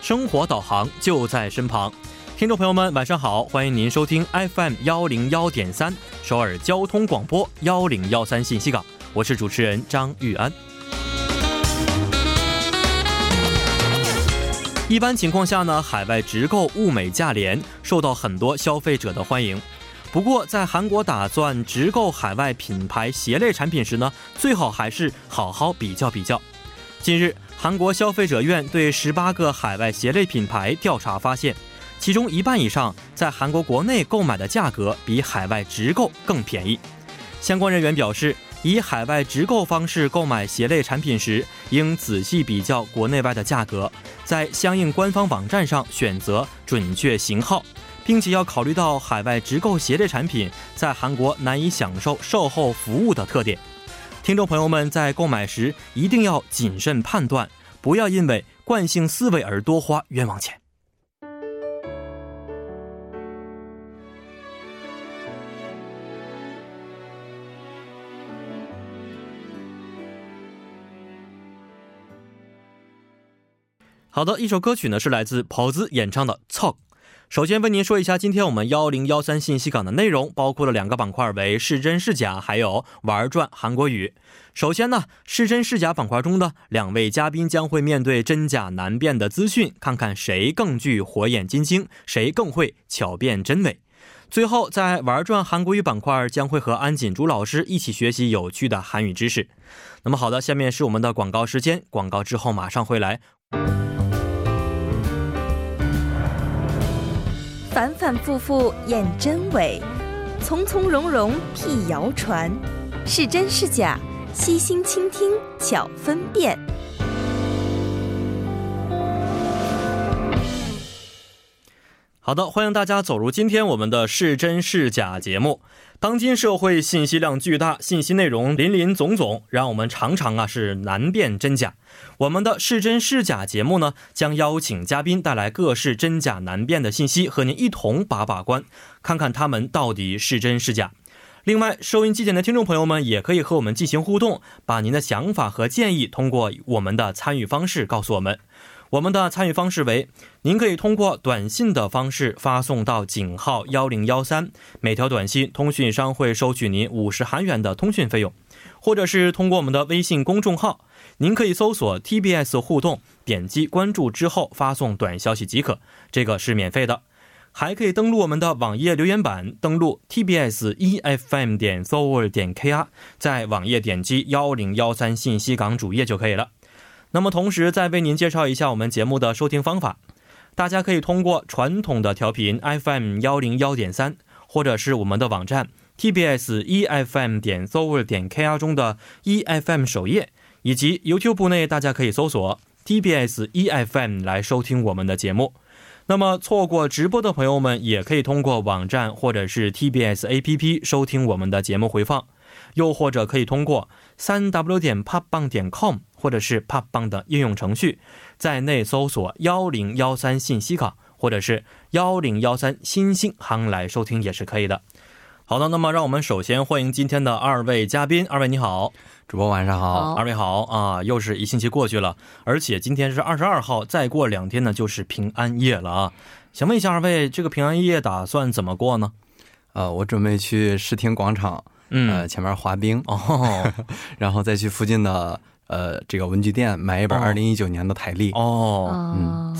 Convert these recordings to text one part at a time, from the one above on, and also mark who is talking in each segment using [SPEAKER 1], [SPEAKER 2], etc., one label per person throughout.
[SPEAKER 1] 生活导航就在身旁。听众朋友们，晚上好，欢迎您收听 FM 幺零幺点三首尔交通广播幺零幺三信息港，我是主持人张玉安。一般情况下呢，海外直购物美价廉，受到很多消费者的欢迎。不过，在韩国打算直购海外品牌鞋类产品时呢，最好还是好好比较比较。近日，韩国消费者院对十八个海外鞋类品牌调查发现，其中一半以上在韩国国内购买的价格比海外直购更便宜。相关人员表示，以海外直购方式购买鞋类产品时，应仔细比较国内外的价格，在相应官方网站上选择准确型号，并且要考虑到海外直购鞋类产品在韩国难以享受售后服务的特点。听众朋友们在购买时一定要谨慎判断，不要因为惯性思维而多花冤枉钱。好的，一首歌曲呢是来自 POZ 演唱的《Talk》。首先为您说一下，今天我们幺零幺三信息港的内容包括了两个板块，为是真是假，还有玩转韩国语。首先呢，是真是假板块中的两位嘉宾将会面对真假难辨的资讯，看看谁更具火眼金睛，谁更会巧辨真伪。最后，在玩转韩国语板块将会和安锦珠老师一起学习有趣的韩语知识。那么好的，下面是我们的广告时间，广告之后马上回来。
[SPEAKER 2] 反反复复验真伪，从从容容辟谣传，是真是假，悉心倾听巧分辨。
[SPEAKER 1] 好的，欢迎大家走入今天我们的“是真是假”节目。当今社会信息量巨大，信息内容林林总总，让我们常常啊是难辨真假。我们的“是真是假”节目呢，将邀请嘉宾带来各式真假难辨的信息，和您一同把把关，看看他们到底是真是假。另外，收音机前的听众朋友们也可以和我们进行互动，把您的想法和建议通过我们的参与方式告诉我们。我们的参与方式为：您可以通过短信的方式发送到井号幺零幺三，每条短信通讯商会收取您五十韩元的通讯费用；或者是通过我们的微信公众号，您可以搜索 TBS 互动，点击关注之后发送短消息即可，这个是免费的。还可以登录我们的网页留言板，登录 tbs efm E 点 s o u r 点 kr，在网页点击幺零幺三信息港主页就可以了。那么，同时再为您介绍一下我们节目的收听方法。大家可以通过传统的调频 FM 幺零幺点三，或者是我们的网站 TBS EFM 点 s o u r 点 KR 中的 EFM 首页，以及 YouTube 内大家可以搜索 TBS EFM 来收听我们的节目。那么，错过直播的朋友们，也可以通过网站或者是 TBS APP 收听我们的节目回放。又或者可以通过三 w 点 p o p b a n g 点 com 或者是 p o p b a n g 的应用程序，在内搜索幺零幺三信息港或者是幺零幺三新星行来收听也是可以的。好的，那么让我们首先欢迎今天的二位嘉宾，二位你好，
[SPEAKER 3] 主播晚上好，
[SPEAKER 1] 二位好啊！又是一星期过去了，而且今天是二十二号，再过两天呢就是平安夜了啊！想问一下二位，这个平安夜打算怎么过呢？
[SPEAKER 3] 呃，我准备去世田广场，
[SPEAKER 1] 嗯
[SPEAKER 3] 呃，前面滑冰，
[SPEAKER 1] 哦
[SPEAKER 3] 然后再去附近的呃这个文具店买一本
[SPEAKER 1] 哦
[SPEAKER 3] 二零一九年的台历。
[SPEAKER 1] 哦，
[SPEAKER 2] 哦，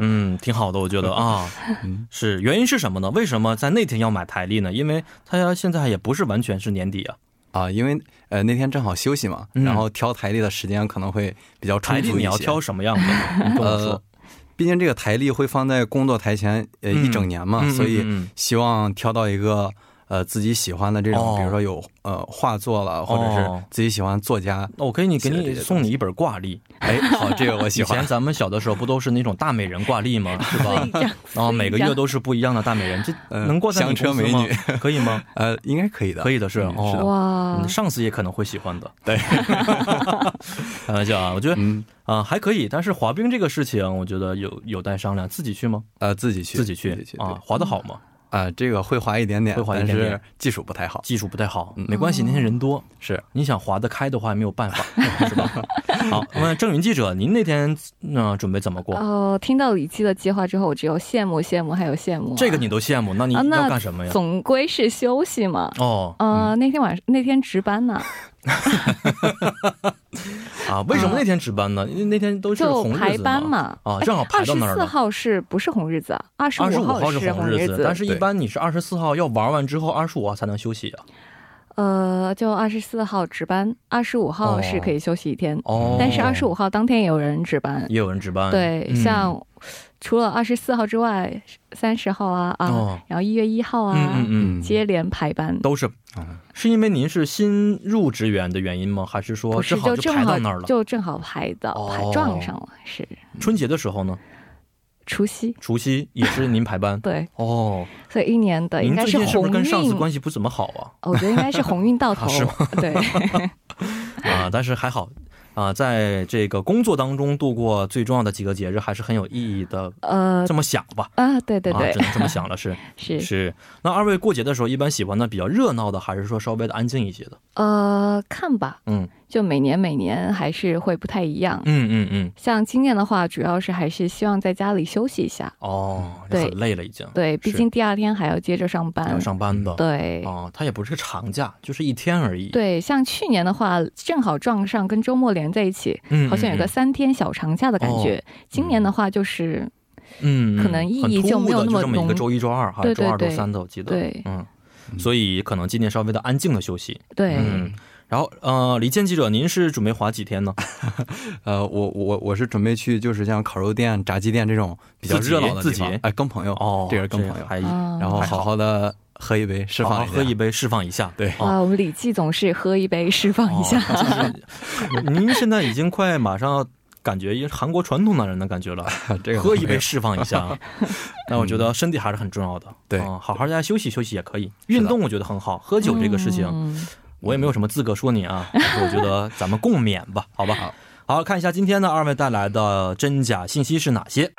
[SPEAKER 1] 嗯，挺好的，我觉得啊，
[SPEAKER 3] 嗯
[SPEAKER 1] 是原因是什么呢？为什么在那天要买台历呢？因为它现在也不是完全是年底啊，
[SPEAKER 3] 啊、因为呃那天正好休息嘛、
[SPEAKER 1] 嗯
[SPEAKER 3] 然后挑台历的时间可能会比较充
[SPEAKER 1] 台历
[SPEAKER 3] 足一些。
[SPEAKER 1] 你要挑什么样的？你跟我
[SPEAKER 3] 呃
[SPEAKER 1] 说，，
[SPEAKER 3] 毕竟这个台历会放在工作台前呃、
[SPEAKER 1] 嗯
[SPEAKER 3] 一整年嘛、
[SPEAKER 1] 嗯嗯
[SPEAKER 3] 所以
[SPEAKER 1] 嗯
[SPEAKER 3] 希望挑到一个呃自己喜欢的这种，
[SPEAKER 1] 哦
[SPEAKER 3] 比如说有呃画作了，或者
[SPEAKER 1] 哦
[SPEAKER 3] 是自己喜欢作家。
[SPEAKER 1] 呃那我给你给
[SPEAKER 3] 写的这
[SPEAKER 1] 你
[SPEAKER 3] 些东西
[SPEAKER 1] 送你一本挂历。
[SPEAKER 3] 哎，好，这个我 喜
[SPEAKER 1] 以前
[SPEAKER 3] 欢。
[SPEAKER 1] 咱们小的时候不都是那种大美人挂历 吗？是吧？然后每个月都是不一样的大美人，这
[SPEAKER 3] 嗯
[SPEAKER 1] 能过在你
[SPEAKER 3] 香车
[SPEAKER 1] 公司吗
[SPEAKER 3] 美
[SPEAKER 1] 可以吗？
[SPEAKER 3] 呃，应该可以的，
[SPEAKER 1] 可以的 是
[SPEAKER 3] 嗯
[SPEAKER 1] 哦
[SPEAKER 3] 是的。
[SPEAKER 2] 哇
[SPEAKER 1] 嗯，上司也可能会喜欢的。
[SPEAKER 3] 对，
[SPEAKER 1] 开玩笑啊，我觉得
[SPEAKER 3] 嗯，
[SPEAKER 1] 啊、还可以，但是滑冰这个事情，我觉得有有待商量。自己去吗？
[SPEAKER 3] 呃，自己去，
[SPEAKER 1] 自己去
[SPEAKER 3] 啊
[SPEAKER 1] 啊，，滑得好吗？
[SPEAKER 3] 啊、这个会滑一点点，
[SPEAKER 1] 会滑一点点
[SPEAKER 3] 但是技术不太好。
[SPEAKER 1] 技术不太好，
[SPEAKER 3] 嗯
[SPEAKER 1] 没关系，那天人多，
[SPEAKER 3] 是
[SPEAKER 1] 你想划得开的话也没有办法， 是吧？好，我们郑云记者，您那天那、呃准备怎么过？
[SPEAKER 4] 哦，听到李七的计划之后，我只有羡慕、羡慕，还有羡慕啊、
[SPEAKER 1] 这个你都羡慕，那你
[SPEAKER 4] 啊
[SPEAKER 1] 要
[SPEAKER 4] 那
[SPEAKER 1] 干什么呀？
[SPEAKER 4] 总归是休息嘛。
[SPEAKER 1] 哦
[SPEAKER 4] 呃，那天晚上那天值班呢，
[SPEAKER 1] 啊，为什么那天值班呢？因为那天都是
[SPEAKER 4] 就
[SPEAKER 1] 红日
[SPEAKER 4] 排
[SPEAKER 1] 子
[SPEAKER 4] 班
[SPEAKER 1] 嘛。
[SPEAKER 4] 嘛。
[SPEAKER 1] 啊，正好排
[SPEAKER 4] 二
[SPEAKER 1] 到
[SPEAKER 4] 十
[SPEAKER 1] 那儿
[SPEAKER 4] 四
[SPEAKER 1] 了。
[SPEAKER 4] 号是不是红日子啊？二十
[SPEAKER 1] 二十五
[SPEAKER 4] 号
[SPEAKER 1] 号是
[SPEAKER 4] 红
[SPEAKER 1] 红日
[SPEAKER 4] 子，
[SPEAKER 1] 但是一
[SPEAKER 3] 对
[SPEAKER 1] 般你是二十四号要玩完之后，二十五号才能休息啊。
[SPEAKER 4] 呃，就二十四号值班，二十五号是可以休息一天，
[SPEAKER 1] 哦，
[SPEAKER 4] 但是二十五号当天也有人值班。
[SPEAKER 1] 也有人值班。
[SPEAKER 4] 对，
[SPEAKER 1] 嗯
[SPEAKER 4] 像除了二十四号之外，三十号啊啊，
[SPEAKER 1] 哦
[SPEAKER 4] 然后一月一号啊，
[SPEAKER 1] 嗯嗯嗯，
[SPEAKER 4] 接连排班。
[SPEAKER 1] 都是
[SPEAKER 3] 嗯，
[SPEAKER 1] 是因为您是新入职员的原因吗？还是说
[SPEAKER 4] 不是
[SPEAKER 1] 正好
[SPEAKER 4] 正
[SPEAKER 1] 排
[SPEAKER 4] 好
[SPEAKER 1] 到那儿了？
[SPEAKER 4] 就正好排到、
[SPEAKER 1] 哦
[SPEAKER 4] 排撞上了，是
[SPEAKER 1] 春节的时候呢，
[SPEAKER 4] 除夕。。
[SPEAKER 1] 除夕也是您排班
[SPEAKER 4] 对，
[SPEAKER 1] 哦，
[SPEAKER 4] 所以一年的呃应
[SPEAKER 1] 您
[SPEAKER 4] 该
[SPEAKER 1] 最近是不
[SPEAKER 4] 鸿
[SPEAKER 1] 是
[SPEAKER 4] 运，
[SPEAKER 1] 跟上司关系不怎么好啊？
[SPEAKER 4] 我觉得应该是鸿 运到头。
[SPEAKER 1] 啊是
[SPEAKER 4] 对，
[SPEAKER 1] 啊， 但是还好啊，在这个工作当中度过最重要的几个节日，还是很有意义的。
[SPEAKER 4] 呃
[SPEAKER 1] 这么想吧，
[SPEAKER 4] 啊，对对
[SPEAKER 1] 啊，
[SPEAKER 4] 对
[SPEAKER 1] 只，能这么想了，是
[SPEAKER 4] 是
[SPEAKER 1] 是。那二位过节的时候，一般喜欢的比较热闹的，还是说稍微的安静一些的？
[SPEAKER 4] 呃，看吧，
[SPEAKER 1] 嗯
[SPEAKER 4] 就每年每年还是会不太一样。
[SPEAKER 1] 嗯嗯嗯，
[SPEAKER 4] 像今年的话，主要是还是希望在家里休息一下。
[SPEAKER 1] 哦，
[SPEAKER 4] 对
[SPEAKER 1] 很累了已经，
[SPEAKER 4] 对，毕
[SPEAKER 1] 是
[SPEAKER 4] 竟第二天还要接着上班
[SPEAKER 1] 要。上班的。
[SPEAKER 4] 对、
[SPEAKER 1] 哦，它也不是个长假，就是一天而已。
[SPEAKER 4] 对，像去年的话，正好撞上跟周末连在一起，
[SPEAKER 1] 嗯，嗯，
[SPEAKER 4] 好像有
[SPEAKER 1] 嗯
[SPEAKER 4] 个
[SPEAKER 1] 哦
[SPEAKER 4] 三天小长假的感觉。今年的话，就是
[SPEAKER 1] 嗯，嗯
[SPEAKER 4] 可能意义就没有那么
[SPEAKER 1] 很突兀的就这么一个
[SPEAKER 4] 浓
[SPEAKER 1] 周一、周二哈，
[SPEAKER 4] 对对
[SPEAKER 1] 周二、周
[SPEAKER 4] 对
[SPEAKER 1] 三的，我记得。
[SPEAKER 4] 对
[SPEAKER 1] 嗯，所以可能今年稍微的安静的休息。
[SPEAKER 4] 对，
[SPEAKER 1] 嗯，然后呃，李健记者，您是准备滑几天 呢？
[SPEAKER 3] 呃，我我我是准备去，就是像烤肉店、炸鸡店这种比较
[SPEAKER 1] 自己
[SPEAKER 3] 热闹的地
[SPEAKER 1] 自己
[SPEAKER 3] 方，哎、跟朋友，
[SPEAKER 1] 哦，
[SPEAKER 3] 这个跟朋友，
[SPEAKER 1] 还
[SPEAKER 4] 啊
[SPEAKER 3] 然后好好的喝一杯，释
[SPEAKER 1] 好好
[SPEAKER 3] 放一下
[SPEAKER 1] 喝一杯，释放一下。
[SPEAKER 3] 对
[SPEAKER 1] 哦
[SPEAKER 4] 啊，我们李记总是喝一杯释 放一下。
[SPEAKER 1] 哦就是 您现在已经快马上要感觉韩国传统男人的感觉了，
[SPEAKER 3] 这个
[SPEAKER 1] 喝一
[SPEAKER 3] 没
[SPEAKER 1] 杯
[SPEAKER 3] 有
[SPEAKER 1] 释放一下 啊。那我觉得身体还是很重要的，
[SPEAKER 3] 对
[SPEAKER 1] 嗯好好在家休息休息也可以。运动我觉得很好，喝酒这个事情。
[SPEAKER 4] 嗯
[SPEAKER 1] 我也没有什么资格说你啊，但是我觉得咱们共勉吧，好吧？好
[SPEAKER 3] 好，
[SPEAKER 1] 看一下今天呢二位带来的真假信息是哪些。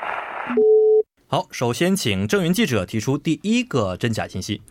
[SPEAKER 1] 好，首先请郑云记者提出第一个真假信息。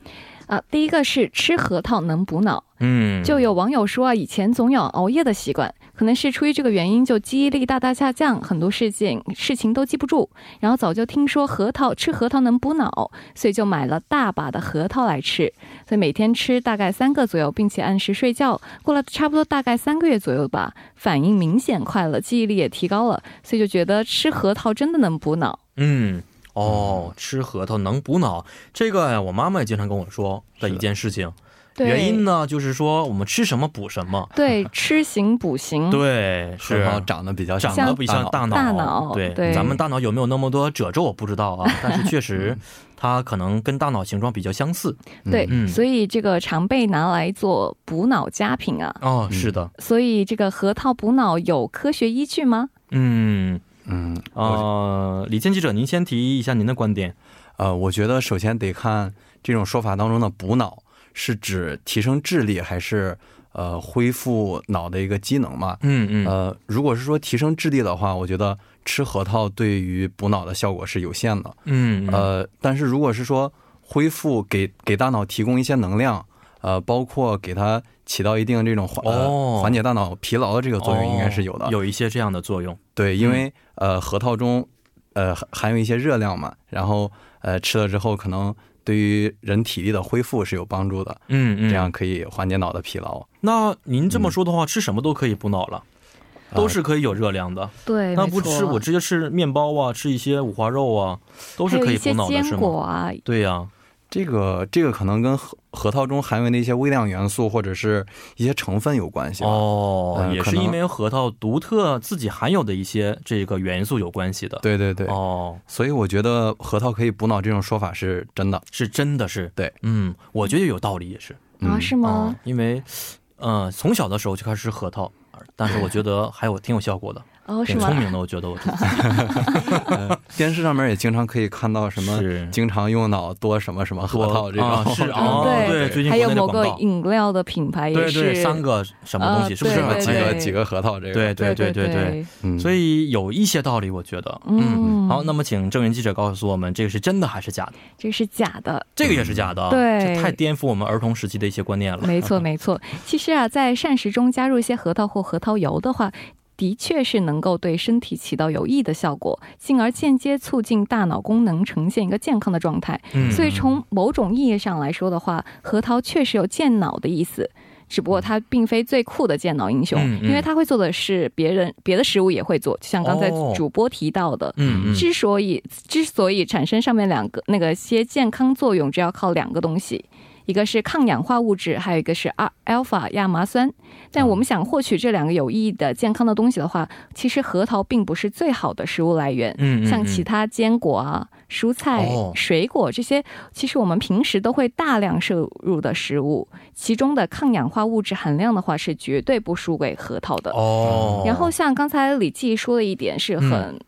[SPEAKER 4] 啊，第一个是吃核桃能补脑，
[SPEAKER 1] 嗯，
[SPEAKER 4] 就有网友说啊，以前总有熬夜的习惯，可能是出于这个原因，就记忆力大大下降，很多事情事情都记不住，然后早就听说核桃吃核桃能补脑，所以就买了大把的核桃来吃，所以每天吃大概三个左右，并且按时睡觉，过了差不多大概三个月左右吧，反应明显快了，记忆力也提高了，所以就觉得吃核桃真的能补脑。
[SPEAKER 1] 嗯，哦，吃核桃能补脑，这个呀，我妈妈也经常跟我说的一件事情。
[SPEAKER 4] 对
[SPEAKER 1] 原因呢，就是说我们吃什么补什么。
[SPEAKER 4] 对，吃行补行。
[SPEAKER 1] 对，
[SPEAKER 3] 核
[SPEAKER 1] 是
[SPEAKER 3] 桃长得比较
[SPEAKER 1] 长
[SPEAKER 3] 像
[SPEAKER 1] 得不啊像大脑，
[SPEAKER 4] 大脑
[SPEAKER 1] 对，
[SPEAKER 4] 对
[SPEAKER 1] 咱们大脑有没有那么多褶皱我不知道啊，但是确实， 它可能跟大脑形状比较相似。
[SPEAKER 4] 对，
[SPEAKER 1] 嗯
[SPEAKER 4] 所以这个常被拿来做补脑佳品啊。
[SPEAKER 1] 哦，是的，
[SPEAKER 4] 所以这个核桃补脑有科学依据吗？
[SPEAKER 1] 嗯，
[SPEAKER 3] 嗯
[SPEAKER 1] 呃，李健记者，您先提一下您的观点。
[SPEAKER 3] 呃，我觉得首先得看这种说法当中的补脑是指提升智力，还是呃恢复脑的一个机能嘛？
[SPEAKER 1] 嗯嗯
[SPEAKER 3] 呃，如果是说提升智力的话，我觉得吃核桃对于补脑的效果是有限的。
[SPEAKER 1] 嗯呃
[SPEAKER 3] 呃，但是如果是说恢复给给大脑提供一些能量，呃，包括给它起到一定这种缓、
[SPEAKER 1] 哦
[SPEAKER 3] 呃、缓解大脑疲劳的这个作用，应该是有的。
[SPEAKER 1] 有嗯一些这样的作用。
[SPEAKER 3] 对，因为呃，核桃中呃含含有一些热量嘛，然后呃吃了之后，可能对于人体力的恢复是有帮助的，
[SPEAKER 1] 嗯嗯，
[SPEAKER 3] 这样。可以缓解脑的疲劳。
[SPEAKER 1] 那您这么说的话，吃什么都可以补脑了。都是可以有热量的，
[SPEAKER 4] 对
[SPEAKER 1] 那不吃我直接吃面包啊，吃一些五花肉啊，都
[SPEAKER 4] 都
[SPEAKER 1] 是可以补脑
[SPEAKER 4] 还有
[SPEAKER 1] 的，
[SPEAKER 4] 一些
[SPEAKER 1] 是
[SPEAKER 4] 坚
[SPEAKER 1] 吗？
[SPEAKER 4] 果啊，
[SPEAKER 1] 对呀、
[SPEAKER 3] 这个这个可能跟核核桃中含有的一些微量元素或者是一些成分有关系吧。
[SPEAKER 1] 哦，
[SPEAKER 3] 嗯
[SPEAKER 1] 也
[SPEAKER 3] 可
[SPEAKER 1] 是
[SPEAKER 3] 能
[SPEAKER 1] 因为核桃独特自己含有的一些这个元素有关系的。
[SPEAKER 3] 对对对，
[SPEAKER 1] 哦，
[SPEAKER 3] 所以我觉得核桃可以补脑这种说法是真的。
[SPEAKER 1] 是真的是
[SPEAKER 3] 对，
[SPEAKER 1] 嗯，我觉得有道理，也是。
[SPEAKER 4] 啊
[SPEAKER 3] 嗯
[SPEAKER 4] 是
[SPEAKER 1] 嗯
[SPEAKER 4] 吗？，
[SPEAKER 1] 呃因为，嗯、从小的时候就开始吃核桃，但是我觉得还有挺有效果的。
[SPEAKER 4] 哦，是
[SPEAKER 1] 挺
[SPEAKER 4] 吗
[SPEAKER 1] 聪？明的，我觉得我自己
[SPEAKER 3] 电视上面也经常可以看到什么
[SPEAKER 1] 是
[SPEAKER 3] 经常用脑多什么什么核桃 这种，
[SPEAKER 1] 啊是哦，
[SPEAKER 4] 对
[SPEAKER 1] 对，最近
[SPEAKER 4] 还
[SPEAKER 1] 国
[SPEAKER 4] 有
[SPEAKER 1] 内的
[SPEAKER 4] 某
[SPEAKER 1] 广
[SPEAKER 4] 个
[SPEAKER 1] 告，
[SPEAKER 4] 饮料的品牌也
[SPEAKER 1] 对
[SPEAKER 4] 是，
[SPEAKER 1] 对，三个什么东西
[SPEAKER 4] 呃
[SPEAKER 1] 是不是
[SPEAKER 3] 是吧？
[SPEAKER 4] 对
[SPEAKER 3] 几
[SPEAKER 4] 对
[SPEAKER 3] 个
[SPEAKER 4] 对
[SPEAKER 3] 几个核桃这个，
[SPEAKER 1] 对对对
[SPEAKER 4] 对
[SPEAKER 1] 对对，
[SPEAKER 3] 嗯，
[SPEAKER 1] 所以有一些道理，我觉得。
[SPEAKER 4] 嗯
[SPEAKER 1] 好，那么请郑源记者告诉我们，这个是真的还是假的？
[SPEAKER 4] 这是假的，
[SPEAKER 1] 这个也是假的啊，
[SPEAKER 4] 嗯对
[SPEAKER 1] 这太颠覆我们儿童时期的一些观念了。
[SPEAKER 4] 没错，没错。其实啊，在膳食中加入一些核桃或核桃油的话，的确是能够对身体起到有益的效果，进而间接促进大脑功能呈现一个健康的状态。
[SPEAKER 1] 嗯
[SPEAKER 4] 所以从某种意义上来说的话，核桃确实有健脑的意思。只不过它并非最酷的健脑英雄，
[SPEAKER 1] 嗯嗯
[SPEAKER 4] 因为它会做的是别人别的食物也会做，就像刚才
[SPEAKER 1] 哦
[SPEAKER 4] 主播提到的，
[SPEAKER 1] 嗯嗯，
[SPEAKER 4] 之所以之所以产生上面两个那个些健康作用，只要靠两个东西，一个是抗氧化物质，还有一个是阿 alpha 亚麻酸。但
[SPEAKER 1] 嗯
[SPEAKER 4] 我们想获取这两个有益的健康的东西的话，其实核桃并不是最好的食物来源。
[SPEAKER 1] 嗯嗯
[SPEAKER 4] 像其他坚果啊、蔬菜、
[SPEAKER 1] 哦
[SPEAKER 4] 水果这些，其实我们平时都会大量摄入的食物，其中的抗氧化物质含量的话是绝对不输给核桃的。嗯
[SPEAKER 1] 哦，嗯
[SPEAKER 4] 然后像刚才李记说的一点是很。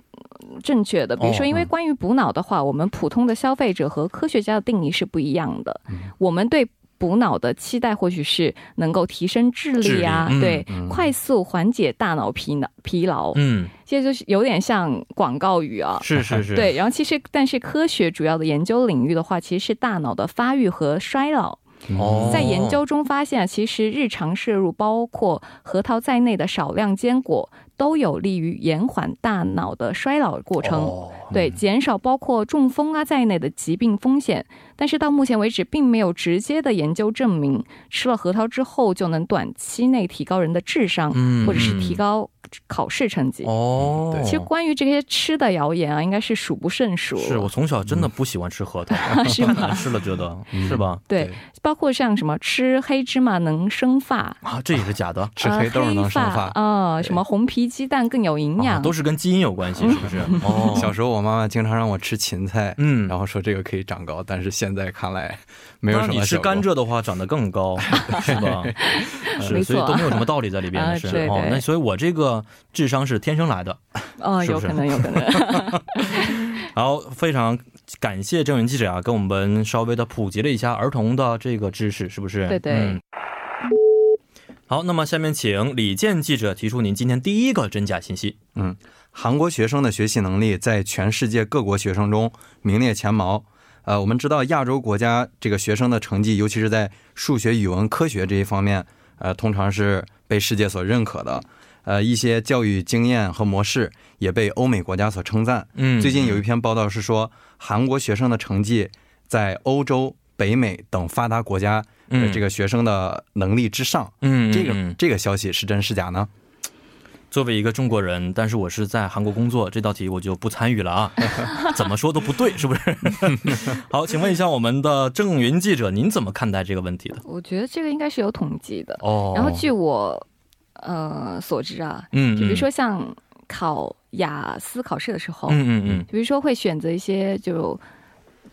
[SPEAKER 4] 正确的，比如说，
[SPEAKER 1] 哦
[SPEAKER 4] 因为
[SPEAKER 1] 嗯
[SPEAKER 4] 关于补脑的话、我们普通的消费者和科学家的定义是不一样的。
[SPEAKER 1] 嗯
[SPEAKER 4] 我们对补脑的期待或许是能够提升智力啊，
[SPEAKER 1] 智力嗯
[SPEAKER 4] 对、
[SPEAKER 3] 嗯
[SPEAKER 4] 快速缓解大脑疲劳疲劳，
[SPEAKER 1] 嗯，
[SPEAKER 4] 这就是有点像广告语啊。
[SPEAKER 1] 是是是，
[SPEAKER 4] 对，然后其实，但是科学主要的研究领域的话，其实是大脑的发育和衰老。
[SPEAKER 1] 哦，
[SPEAKER 4] 在研究中发现，其实日常摄入包括核桃在内的少量坚果，都有利于延缓大脑的衰老过程。
[SPEAKER 1] 哦
[SPEAKER 4] 对，减少包括中风啊在内的疾病风险，但是到目前为止，并没有直接的研究证明吃了核桃之后就能短期内提高人的智商，
[SPEAKER 1] 嗯
[SPEAKER 4] 或者是提高考试成绩。
[SPEAKER 1] 哦，
[SPEAKER 3] 嗯对
[SPEAKER 4] 其实关于这些吃的谣言啊，应该是数不胜数。
[SPEAKER 1] 是 我从小
[SPEAKER 3] 嗯
[SPEAKER 1] 真的不喜欢吃核桃， 太难吃了，觉得是吧？
[SPEAKER 4] 对，包括像什么吃黑芝麻能生发，
[SPEAKER 1] 啊，这也是假的。
[SPEAKER 3] 吃黑豆能生发。
[SPEAKER 4] 啊、呃什么红皮鸡蛋更有营养，
[SPEAKER 1] 啊，都是跟基因有关系，
[SPEAKER 4] 嗯
[SPEAKER 1] 是不是？哦，
[SPEAKER 3] 小时候我妈妈经常让我吃芹菜，
[SPEAKER 1] 嗯，
[SPEAKER 3] 然
[SPEAKER 1] 后
[SPEAKER 3] 后说这个可以长高，但是现在看来没有什么效果。
[SPEAKER 1] 你吃甘蔗的话，长得更 高，是 吧？是，
[SPEAKER 4] 没
[SPEAKER 1] 所以
[SPEAKER 4] 错
[SPEAKER 1] 都没有什么道理在里边
[SPEAKER 4] 啊
[SPEAKER 1] 是
[SPEAKER 4] 对
[SPEAKER 1] 哦。
[SPEAKER 4] 对
[SPEAKER 1] 那所以我这个智商是天生来的。
[SPEAKER 4] 哦，
[SPEAKER 1] 是不
[SPEAKER 4] 有
[SPEAKER 1] 是
[SPEAKER 4] 可能，有可 能，
[SPEAKER 1] 然后非常感谢郑源记者啊，跟我们稍微的普及了一下儿童的这个知识，是不是？
[SPEAKER 4] 对对
[SPEAKER 1] 嗯好，那么下面请李健记者提出您今天第一个真假信息。
[SPEAKER 3] 韩国学生的学习能力在全世界各国学生中名列前茅。呃，我们知道亚洲国家这个学生的成绩，尤其是在数学、语文、科学这一方面，呃，通常是被世界所认可的。呃，一些教育经验和模式也被欧美国家所称赞。
[SPEAKER 1] 嗯
[SPEAKER 3] 最近有一
[SPEAKER 1] 一
[SPEAKER 3] 篇报道是说，韩国学生的成绩在欧洲、北美等发达国家，呃
[SPEAKER 1] 嗯
[SPEAKER 3] 这个学生的能力之上。
[SPEAKER 1] 嗯，
[SPEAKER 3] 这个
[SPEAKER 1] 嗯
[SPEAKER 3] 这个消息是真是假呢？
[SPEAKER 1] 作为一个中国人，但是我是在韩国工作，这道题我就不参与了 啊，怎么说都不对，是不是？好，请问一下我们的郑云记者，您怎么看待这个问题的？
[SPEAKER 4] 我觉得这个应该是有统计的。
[SPEAKER 1] 哦，
[SPEAKER 4] 然后据我呃所知啊，
[SPEAKER 1] 嗯，嗯
[SPEAKER 4] 就比如说像考雅思考试的时候，
[SPEAKER 1] 嗯嗯嗯，
[SPEAKER 4] 比如说会选择一些就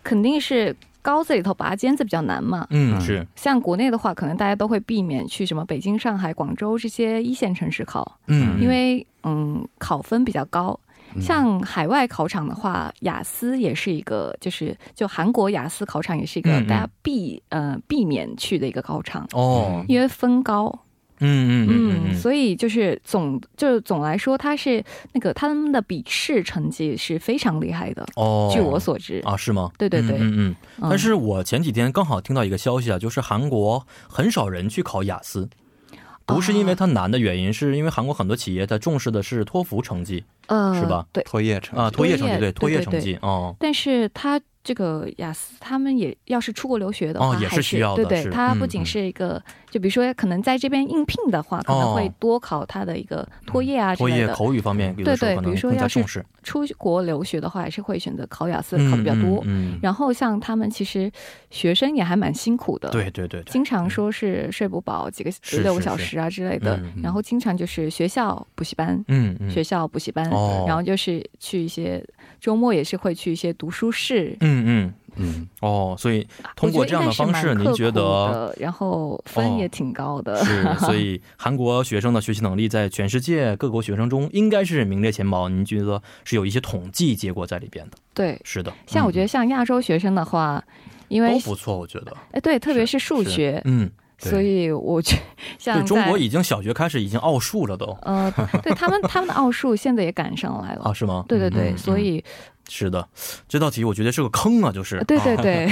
[SPEAKER 4] 肯定是高字里头拔尖字比较难嘛。
[SPEAKER 1] 嗯
[SPEAKER 3] 嗯
[SPEAKER 1] 是，
[SPEAKER 4] 像国内的话，可能大家都会避免去什么北京、上海、广州这些一线城市考，
[SPEAKER 1] 嗯，
[SPEAKER 4] 因为嗯考分比较高。
[SPEAKER 3] 嗯
[SPEAKER 4] 像海外考场的话，雅思也是一个，就是就韩国雅思考场也是一个
[SPEAKER 1] 嗯嗯
[SPEAKER 4] 大家避、呃避免去的一个考场，
[SPEAKER 1] 哦，
[SPEAKER 4] 因为分高。
[SPEAKER 1] 嗯嗯嗯嗯，
[SPEAKER 4] 所以就是总就是总来说，它是那个他们的笔试成绩是非常厉害的，
[SPEAKER 1] 哦，
[SPEAKER 4] 据我所知。
[SPEAKER 1] 啊，是吗？
[SPEAKER 4] 对对
[SPEAKER 1] 嗯
[SPEAKER 4] 对
[SPEAKER 1] 嗯嗯。
[SPEAKER 4] 嗯
[SPEAKER 1] 但是我前几天刚好听到一个消息啊，就是韩国很少人去考雅思，
[SPEAKER 4] 啊
[SPEAKER 1] 不是因为它难的原因，是因为韩国很多企业它重视的是托福成绩
[SPEAKER 4] 呃
[SPEAKER 1] 啊是吧？
[SPEAKER 4] 对，
[SPEAKER 3] 唾液成绩
[SPEAKER 1] 啊，托业成绩
[SPEAKER 4] 托业
[SPEAKER 1] 对，托业
[SPEAKER 4] 对对
[SPEAKER 1] 成绩哦，
[SPEAKER 4] 但是他这个雅思，他们也要是出国留学的话，
[SPEAKER 1] 哦也是
[SPEAKER 4] 还是
[SPEAKER 1] 需要的
[SPEAKER 4] 对
[SPEAKER 1] 是
[SPEAKER 4] 对，他
[SPEAKER 1] 嗯
[SPEAKER 4] 不仅是一个，就比如说可能在这边应聘的话，可能会多考他的一个托业啊之
[SPEAKER 1] 哦嗯托
[SPEAKER 4] 类
[SPEAKER 1] 业
[SPEAKER 4] 的。
[SPEAKER 1] 口语方面有的时候
[SPEAKER 4] 对对
[SPEAKER 1] 可
[SPEAKER 4] 比
[SPEAKER 1] 能
[SPEAKER 4] 如说
[SPEAKER 1] 更加
[SPEAKER 4] 要是
[SPEAKER 1] 重视，
[SPEAKER 4] 出国留学的话，还是会选择考雅思
[SPEAKER 1] 嗯
[SPEAKER 4] 考的比较多。
[SPEAKER 1] 嗯，嗯
[SPEAKER 4] 然后像他们其实学生也还蛮辛苦的，
[SPEAKER 1] 对对对对，
[SPEAKER 4] 经常说是睡不饱，几个
[SPEAKER 1] 是
[SPEAKER 4] 六
[SPEAKER 1] 是
[SPEAKER 4] 个小
[SPEAKER 1] 是
[SPEAKER 4] 时啊之类的
[SPEAKER 1] 嗯，
[SPEAKER 4] 然后经常就是学校补习班，
[SPEAKER 1] 嗯嗯，
[SPEAKER 4] 学校补习班，
[SPEAKER 1] 哦
[SPEAKER 4] 然后就是去一些周末也是会去一些读书室，
[SPEAKER 1] 嗯嗯，
[SPEAKER 3] 嗯，
[SPEAKER 1] 哦，所以通过这样的方式
[SPEAKER 4] 我觉得应该是蛮
[SPEAKER 1] 您觉得哦
[SPEAKER 4] 刻苦的然后分也挺高 的，
[SPEAKER 1] 是，所以韩国学生的学习能力在全世界各国学生中应该是名列前茅。您觉得是有一些统计结果在里边的？
[SPEAKER 4] 对。
[SPEAKER 1] 是的，
[SPEAKER 4] 像我觉得像亚洲学生的话，因
[SPEAKER 1] 嗯都
[SPEAKER 4] 为
[SPEAKER 1] 不错，我觉得。
[SPEAKER 4] 哎对，特别是数
[SPEAKER 1] 是
[SPEAKER 4] 学，
[SPEAKER 1] 嗯，
[SPEAKER 3] 对
[SPEAKER 4] 所以我觉得像
[SPEAKER 1] 对中
[SPEAKER 4] 在
[SPEAKER 1] 国已经小学开始已经奥数了都
[SPEAKER 4] 呃，对他们他们的奥数现在也赶上来了。
[SPEAKER 1] 啊，是吗？
[SPEAKER 4] 对对
[SPEAKER 1] 嗯
[SPEAKER 4] 对，
[SPEAKER 1] 嗯
[SPEAKER 4] 所以
[SPEAKER 1] 是的，这道题我觉得是个坑啊，就是。
[SPEAKER 4] 呃对 对对，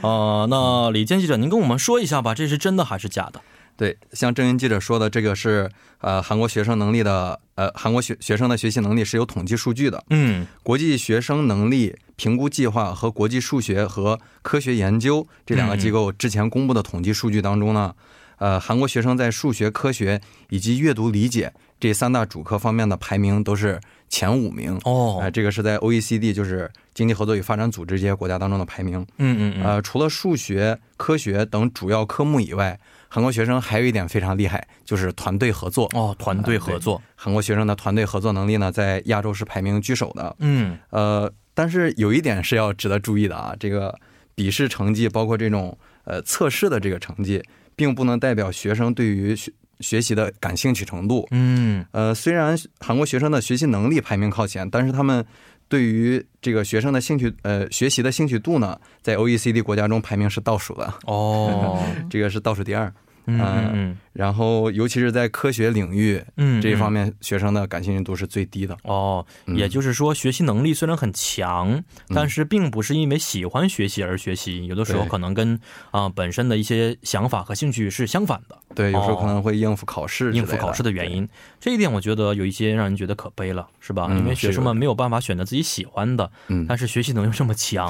[SPEAKER 1] 啊、那李健记者，您跟我们说一下吧，这是真的还是假的？
[SPEAKER 3] 对，像郑云记者说的，这个是呃韩国学生能力的呃韩国学学生的学习能力是有统计数据的。
[SPEAKER 1] 嗯，
[SPEAKER 3] 国际学生能力评估计划和国际数学和科学研究这两个机构之前公布的统计数据当中呢，呃，韩国学生在数学、科学以及阅读理解这三大主科方面的排名都是前五名。
[SPEAKER 1] 哦，
[SPEAKER 3] 呃，这个是在 OECD，就是经济合作与发展组织这些国家当中的排名。
[SPEAKER 1] 嗯嗯嗯，
[SPEAKER 3] 呃，除了数学、科学等主要科目以外，韩国学生还有一点非常厉害，就是团队合作。
[SPEAKER 1] 哦，团队合作，
[SPEAKER 3] 韩国学生的团队合作能力呢，在亚洲是排名居首的。
[SPEAKER 1] 嗯，
[SPEAKER 3] 呃，但是有一点是要值得注意的啊，这个笔试成绩，包括这种呃测试的这个成绩，并不能代表学生对于学学习的感兴趣程度。
[SPEAKER 1] 嗯，
[SPEAKER 3] 呃，虽然韩国学生的学习能力排名靠前，但是他们对于这个学生的兴趣，呃，学习的兴趣度呢，在 OECD 国家中排名是倒数的，
[SPEAKER 1] 哦，
[SPEAKER 3] 这个是倒数第二。
[SPEAKER 1] 嗯嗯嗯
[SPEAKER 3] 然后，尤其是在科学领域
[SPEAKER 1] 嗯，
[SPEAKER 3] 这一方
[SPEAKER 1] 面。
[SPEAKER 3] 面，学生的感兴趣度是最低的。
[SPEAKER 1] 哦，
[SPEAKER 3] 嗯
[SPEAKER 1] 也就是说，学习能力虽然很强、但是并不是因为喜欢学习而学习，有的时候
[SPEAKER 3] 对
[SPEAKER 1] 可能跟啊、本身的一些想法和兴趣是相反的，
[SPEAKER 3] 对，有时候
[SPEAKER 1] 哦
[SPEAKER 3] 可能会应付考试之类，
[SPEAKER 1] 应付考试的原因。这一点我觉得有一些让人觉得可悲了，是吧？
[SPEAKER 3] 嗯
[SPEAKER 1] 因为学生
[SPEAKER 3] 是
[SPEAKER 1] 们
[SPEAKER 3] 的
[SPEAKER 1] 没有办法选择自己喜欢的，
[SPEAKER 3] 嗯
[SPEAKER 1] 但是学习能力这么 强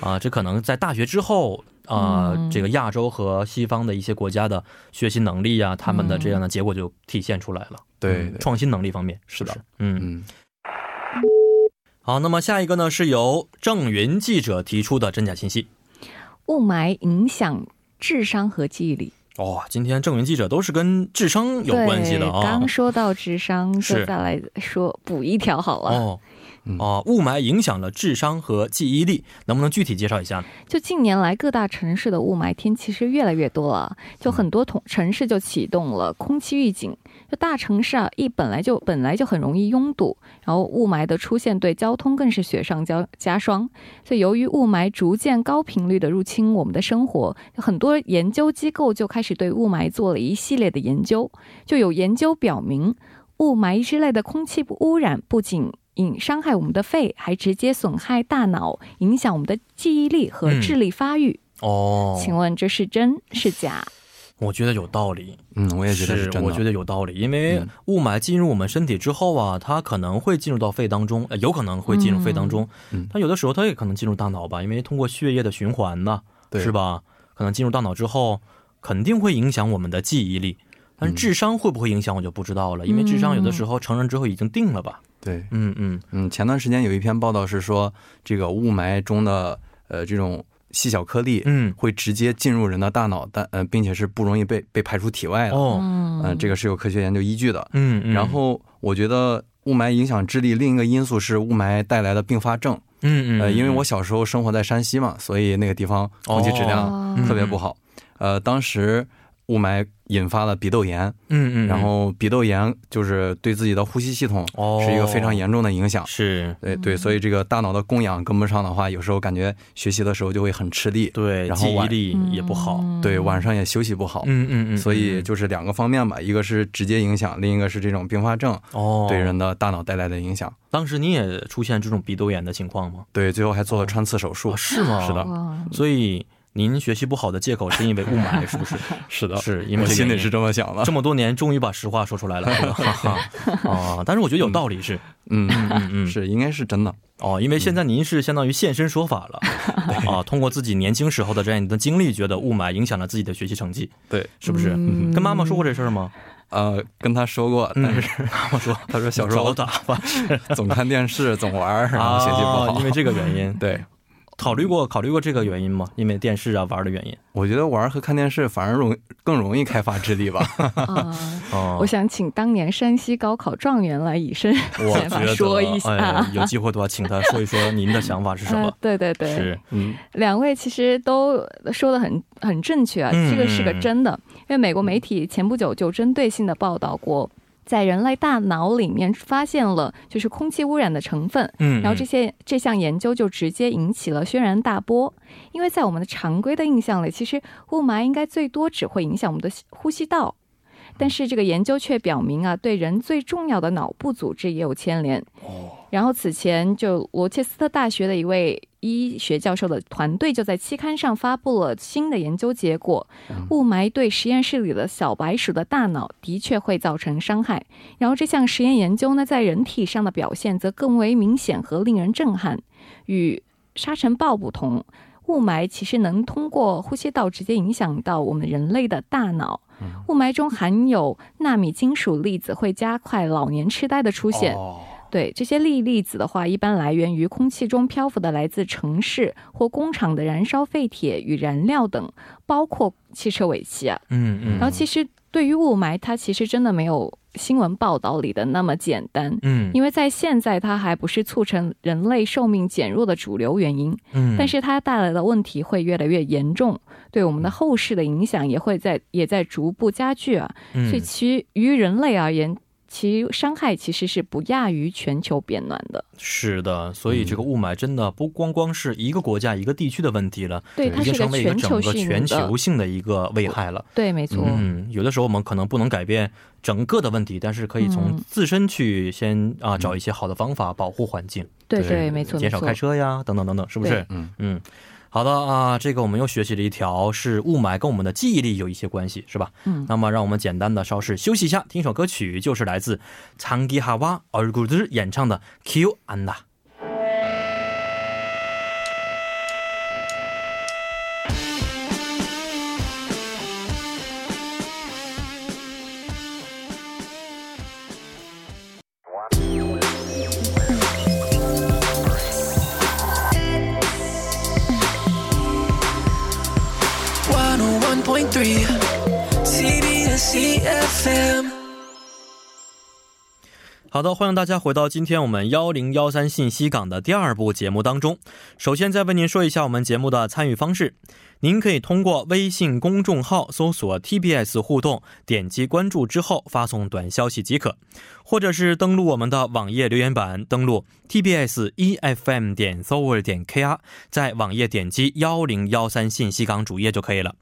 [SPEAKER 1] 啊、这可能在大学之后。啊、
[SPEAKER 4] 嗯
[SPEAKER 1] 这个亚洲和西方的一些国家的学习能力啊，他们的这样的结果就体现出来了。
[SPEAKER 3] 嗯对
[SPEAKER 1] 嗯
[SPEAKER 3] 对
[SPEAKER 1] 创新能力方面是不
[SPEAKER 3] 是的，
[SPEAKER 1] 嗯，
[SPEAKER 3] 嗯，
[SPEAKER 1] 好，那么下一个呢是由郑云记者提出的真假信息。
[SPEAKER 4] 雾霾影响智商和记忆力，
[SPEAKER 1] 哦，今天郑云记者都是跟智商有
[SPEAKER 4] 对，
[SPEAKER 1] 关系的啊
[SPEAKER 4] 刚。说到智商，
[SPEAKER 1] 是
[SPEAKER 4] 就再来说补一条好了。
[SPEAKER 1] 哦，哦，雾霾影响了智商和记忆力，能不能具体介绍一下呢？
[SPEAKER 4] 就近年来，各大城市的雾霾天其实越来越多了，就很多同城市就启动了空气预警。就大城市啊，一本来就本来就很容易拥堵，然后雾霾的出现对交通更是雪上加加霜。所以，由于雾霾逐渐高频率的入侵我们的生活，很多研究机构就开始对雾霾做了一系列的研究。就有研究表明，雾霾之类的空气污染不仅引伤害我们的肺，还直接损害大脑，影响我们的记忆力和智力发育。
[SPEAKER 1] 哦，
[SPEAKER 4] 请问这是真是假？
[SPEAKER 1] 我觉得有道理，
[SPEAKER 3] 嗯，我也觉得是真的。嗯
[SPEAKER 1] 我觉得有道理，因为雾霾进入我们身体之后啊，它可能会进入到肺当中，呃、有可能会进入肺当中，
[SPEAKER 3] 嗯
[SPEAKER 1] 它有的时候它也可能进入大脑吧，因为通过血液的循环呢、
[SPEAKER 3] 对
[SPEAKER 1] 是吧？可能进入大脑之后，肯定会影响我们的记忆力。但
[SPEAKER 3] 嗯
[SPEAKER 1] 是智商会不会影响，我就不知道了，因为智商有的时候成人之后已经定了吧。
[SPEAKER 3] 对，
[SPEAKER 1] 嗯嗯，
[SPEAKER 3] 嗯，前段时间有一篇报道是说，这个雾霾中的呃这种细小颗粒，
[SPEAKER 1] 嗯
[SPEAKER 3] 会直接进入人的大脑，但呃，并且是不容易被被排出体外的。
[SPEAKER 1] 哦，
[SPEAKER 4] 嗯
[SPEAKER 3] 嗯、这个是有科学研究依据的。
[SPEAKER 1] 嗯嗯，
[SPEAKER 3] 然后我觉得雾霾影响智力，另一个因素是雾霾带来的并发症。
[SPEAKER 1] 嗯嗯，
[SPEAKER 3] 呃，因为我小时候生活在山西嘛，所以那个地方空气质量
[SPEAKER 4] 哦
[SPEAKER 1] 嗯
[SPEAKER 3] 特别不好。呃，当时雾霾引发了鼻窦炎，
[SPEAKER 1] 嗯嗯，
[SPEAKER 3] 然后鼻窦炎就是对自己的呼吸系统
[SPEAKER 1] 哦
[SPEAKER 3] 是一个非常严重的影响。
[SPEAKER 1] 是
[SPEAKER 3] 对对，所以这个大脑的供氧跟不上的话，有时候感觉学习的时候就会很吃力，
[SPEAKER 1] 对，
[SPEAKER 3] 然后
[SPEAKER 1] 记忆
[SPEAKER 3] 晚
[SPEAKER 1] 力也不好。
[SPEAKER 4] 嗯
[SPEAKER 3] 对晚上也休息不好。
[SPEAKER 1] 嗯嗯嗯，
[SPEAKER 3] 所以
[SPEAKER 1] 嗯
[SPEAKER 3] 就是两个方面吧，一个是直接影响，另一个是这种并发症
[SPEAKER 1] 哦，
[SPEAKER 3] 对人的大脑带来的影响。
[SPEAKER 1] 当时你也出现这种鼻窦炎的情况吗？啊
[SPEAKER 3] 对，最后还做了穿刺手术。
[SPEAKER 1] 哦是吗？是的。
[SPEAKER 4] 哇，
[SPEAKER 1] 所以您学习不好的借口是因为雾霾，是不是？
[SPEAKER 3] 是的
[SPEAKER 1] 是因为
[SPEAKER 3] 我
[SPEAKER 1] 这个
[SPEAKER 3] 心
[SPEAKER 1] 原
[SPEAKER 3] 里
[SPEAKER 1] 因
[SPEAKER 3] 是这么想的
[SPEAKER 1] 这。么多年，终于把实话说出来了，是 吧？哈哈啊，但是我觉得有道理是，
[SPEAKER 3] 嗯，
[SPEAKER 1] 嗯嗯，
[SPEAKER 3] 是应该是真的。
[SPEAKER 1] 哦，因为现在您是相当于现身说法 了啊，通过自己年轻时候的这样的经历，觉得雾霾影响了自己的学习成绩，
[SPEAKER 3] 对，
[SPEAKER 1] 是不是？
[SPEAKER 4] 嗯
[SPEAKER 1] 跟妈妈说过这事儿吗？
[SPEAKER 3] 呃，跟他说过，但是
[SPEAKER 1] 妈妈 说
[SPEAKER 3] 他说小时候
[SPEAKER 1] 找打吧，
[SPEAKER 3] 总看电视，总玩儿，然后学习不好。
[SPEAKER 1] 啊因为这个原因。
[SPEAKER 3] 对，
[SPEAKER 1] 考虑过考虑过这个原因吗？因为电视啊玩的原因。
[SPEAKER 3] 我觉得玩儿和看电视反而容更容易开发智力吧。
[SPEAKER 4] 啊、
[SPEAKER 1] 哦
[SPEAKER 4] 我想请当年山西高考状元来以身
[SPEAKER 1] 我觉
[SPEAKER 4] 想法
[SPEAKER 1] 得
[SPEAKER 4] 说一下。
[SPEAKER 1] 哎，有机会的话，请他说一说您的想法是什么
[SPEAKER 4] 啊？对对对，
[SPEAKER 1] 是，
[SPEAKER 3] 嗯，
[SPEAKER 4] 两位其实都说的很很正确啊，
[SPEAKER 1] 嗯
[SPEAKER 4] 这个是个真的，因为美国媒体前不久就针对性的报道过，在人类大脑里面发现了就是空气污染的成分。
[SPEAKER 1] 嗯，
[SPEAKER 4] 然后这些这项研究就直接引起了轩然大波，因为在我们的常规的印象里，其实雾霾应该最多只会影响我们的呼吸道，但是这个研究却表明啊，对人最重要的脑部组织也有牵连。
[SPEAKER 1] 哦
[SPEAKER 4] 然后此前就罗切斯特大学的一位医学教授的团队就在期刊上发布了新的研究结果，
[SPEAKER 1] 嗯
[SPEAKER 4] 雾霾对实验室里的小白鼠的大脑的确会造成伤害。然后这项实验研究呢，在人体上的表现则更为明显和令人震撼。与沙尘暴不同，雾霾其实能通过呼吸道直接影响到我们人类的大脑。雾霾中含有纳米金属粒子，会加快老年痴呆的出现。
[SPEAKER 3] 哦，
[SPEAKER 4] 对这些粒粒子的话，一般来源于空气中漂浮的来自城市或工厂的燃烧废铁与燃料等，包括汽车尾气啊。
[SPEAKER 1] 嗯嗯，
[SPEAKER 4] 然后其实对于雾霾，它其实真的没有新闻报道里的那么简单。
[SPEAKER 1] 嗯
[SPEAKER 4] 因为在现在，它还不是促成人类寿命减弱的主流原因，
[SPEAKER 1] 嗯，
[SPEAKER 4] 但是它带来的问题会越来越严重，对我们
[SPEAKER 1] 嗯
[SPEAKER 4] 的后世的影响也会在也在逐步加剧啊。所以
[SPEAKER 1] 嗯，
[SPEAKER 4] 其于人类而言，其伤害其实是不亚于全球变暖的。
[SPEAKER 1] 是的，所以这个雾霾真的不光光是一个国家一个地区的问题了，
[SPEAKER 4] 对，
[SPEAKER 3] 对
[SPEAKER 4] 它
[SPEAKER 1] 已
[SPEAKER 4] 是
[SPEAKER 1] 经成
[SPEAKER 4] 个
[SPEAKER 1] 为一个
[SPEAKER 4] 全
[SPEAKER 1] 整
[SPEAKER 4] 球
[SPEAKER 1] 个
[SPEAKER 4] 性
[SPEAKER 1] 全
[SPEAKER 4] 的
[SPEAKER 1] 球，性的一个危害了。
[SPEAKER 4] 对，没错。
[SPEAKER 1] 嗯，有的时候我们可能不能改变整个的问题，但是可以从
[SPEAKER 4] 嗯
[SPEAKER 1] 自身去先啊找一些好的方法保护环境，
[SPEAKER 4] 对
[SPEAKER 3] 对
[SPEAKER 4] 对，没错，
[SPEAKER 1] 减
[SPEAKER 4] 没
[SPEAKER 1] 少
[SPEAKER 4] 错
[SPEAKER 1] 开。车呀，等等等等，是不是
[SPEAKER 4] 对？
[SPEAKER 3] 嗯
[SPEAKER 1] 嗯，好的啊，这个我们又学习了一条是雾霾跟我们的记忆力有一些关系，是吧？
[SPEAKER 4] 嗯
[SPEAKER 1] 那么让我们简单的稍事休息一下，听一首歌曲，就是来自长吉哈瓦尔古兹演唱的《Q 安娜》。
[SPEAKER 5] 101.3 CBS EFM
[SPEAKER 1] 好的，欢迎大家回到今天我们幺零幺三信息港的第二部节目当中。首先再为您说一下我们节目的参与方式，您可以通过微信公众号搜索 TBS 互动，点击关注之后发送短消息即可，或者是登录我们的网页留言板，登录 TBS EFM E 点 s o v e r 点 KR，在网页点击幺零幺三信息港主页就可以了。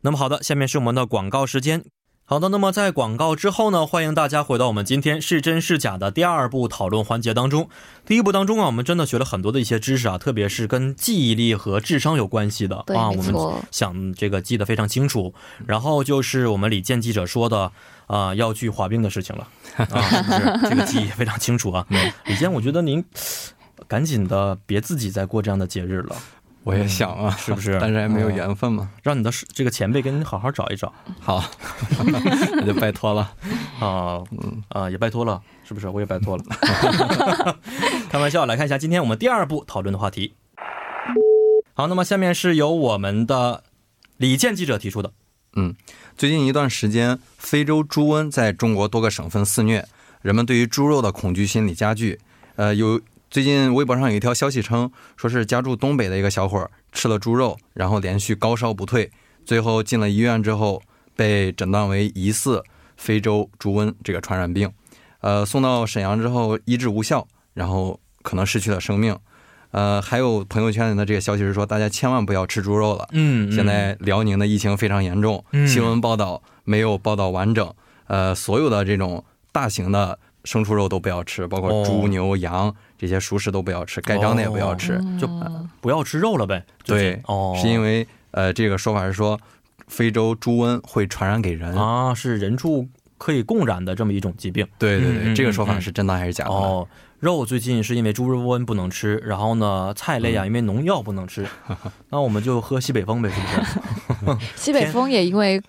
[SPEAKER 1] 那么好的，下面是我们的广告时间，好的，那么在广告之后呢，欢迎大家回到我们今天是真是假的第二部讨论环节当中。第一部当中啊，我们真的学了很多的一些知识啊，特别是跟记忆力和智商有关系的
[SPEAKER 4] 对
[SPEAKER 1] 啊，
[SPEAKER 4] 没
[SPEAKER 1] 我们
[SPEAKER 4] 错
[SPEAKER 1] 想这个记得非常清楚。然后就是我们李健记者说的啊、要去滑冰的事情了啊， 是这个记忆非常清楚啊。
[SPEAKER 4] 嗯
[SPEAKER 1] 李健，我觉得您赶紧的，别自己再过这样的节日了，
[SPEAKER 3] 我也想啊，
[SPEAKER 1] 是不是
[SPEAKER 3] 但是还没有缘分嘛。
[SPEAKER 1] 让你的这个前辈跟你好好找一找。
[SPEAKER 3] 好，那就拜托了。
[SPEAKER 1] 啊，
[SPEAKER 3] 嗯
[SPEAKER 1] 啊，也拜托了，是不是？我也拜托 了。 开玩笑，来看一下今天我们第二部讨论的话题。好，那么下面是由我们的李健记者提出的。
[SPEAKER 3] 最近一段时间，非洲猪瘟在中国多个省份肆虐，人们对于猪肉的恐惧心理加剧。呃，有最近微博上有一条消息称，说是家住东北的一个小伙儿吃了猪肉，然后连续高烧不退，最后进了医院之后被诊断为疑似非洲猪瘟这个传染病。呃，送到沈阳之后医治无效，然后可能失去了生命。呃，还有朋友圈里的这个消息是说，大家千万不要吃猪肉了。
[SPEAKER 1] 嗯
[SPEAKER 3] 现在辽宁的疫情非常严重，
[SPEAKER 1] 嗯
[SPEAKER 3] 新闻报道没有报道完整。呃，所有的这种大型的牲畜肉都不要吃，包
[SPEAKER 1] 哦
[SPEAKER 3] 括猪、牛、羊这些熟食都不要吃，盖章的也不要吃。
[SPEAKER 1] 就呃不要吃肉了呗。就是
[SPEAKER 3] 哦
[SPEAKER 1] 哦，
[SPEAKER 3] 对是因为呃，这个说法是说非洲猪瘟会传染给人。
[SPEAKER 1] 啊，是人畜可以共染的这么一种疾病。
[SPEAKER 3] 对
[SPEAKER 1] 嗯
[SPEAKER 3] 对
[SPEAKER 1] 嗯
[SPEAKER 3] 对，
[SPEAKER 1] 嗯
[SPEAKER 3] 这个说法是真的还是假的？
[SPEAKER 1] 哦，肉最近是因为猪瘟不能吃，然后呢，菜类
[SPEAKER 3] 嗯
[SPEAKER 1] 啊，因为农药不能 吃，那我们就喝西北风呗，是不是？
[SPEAKER 4] 西北风也因为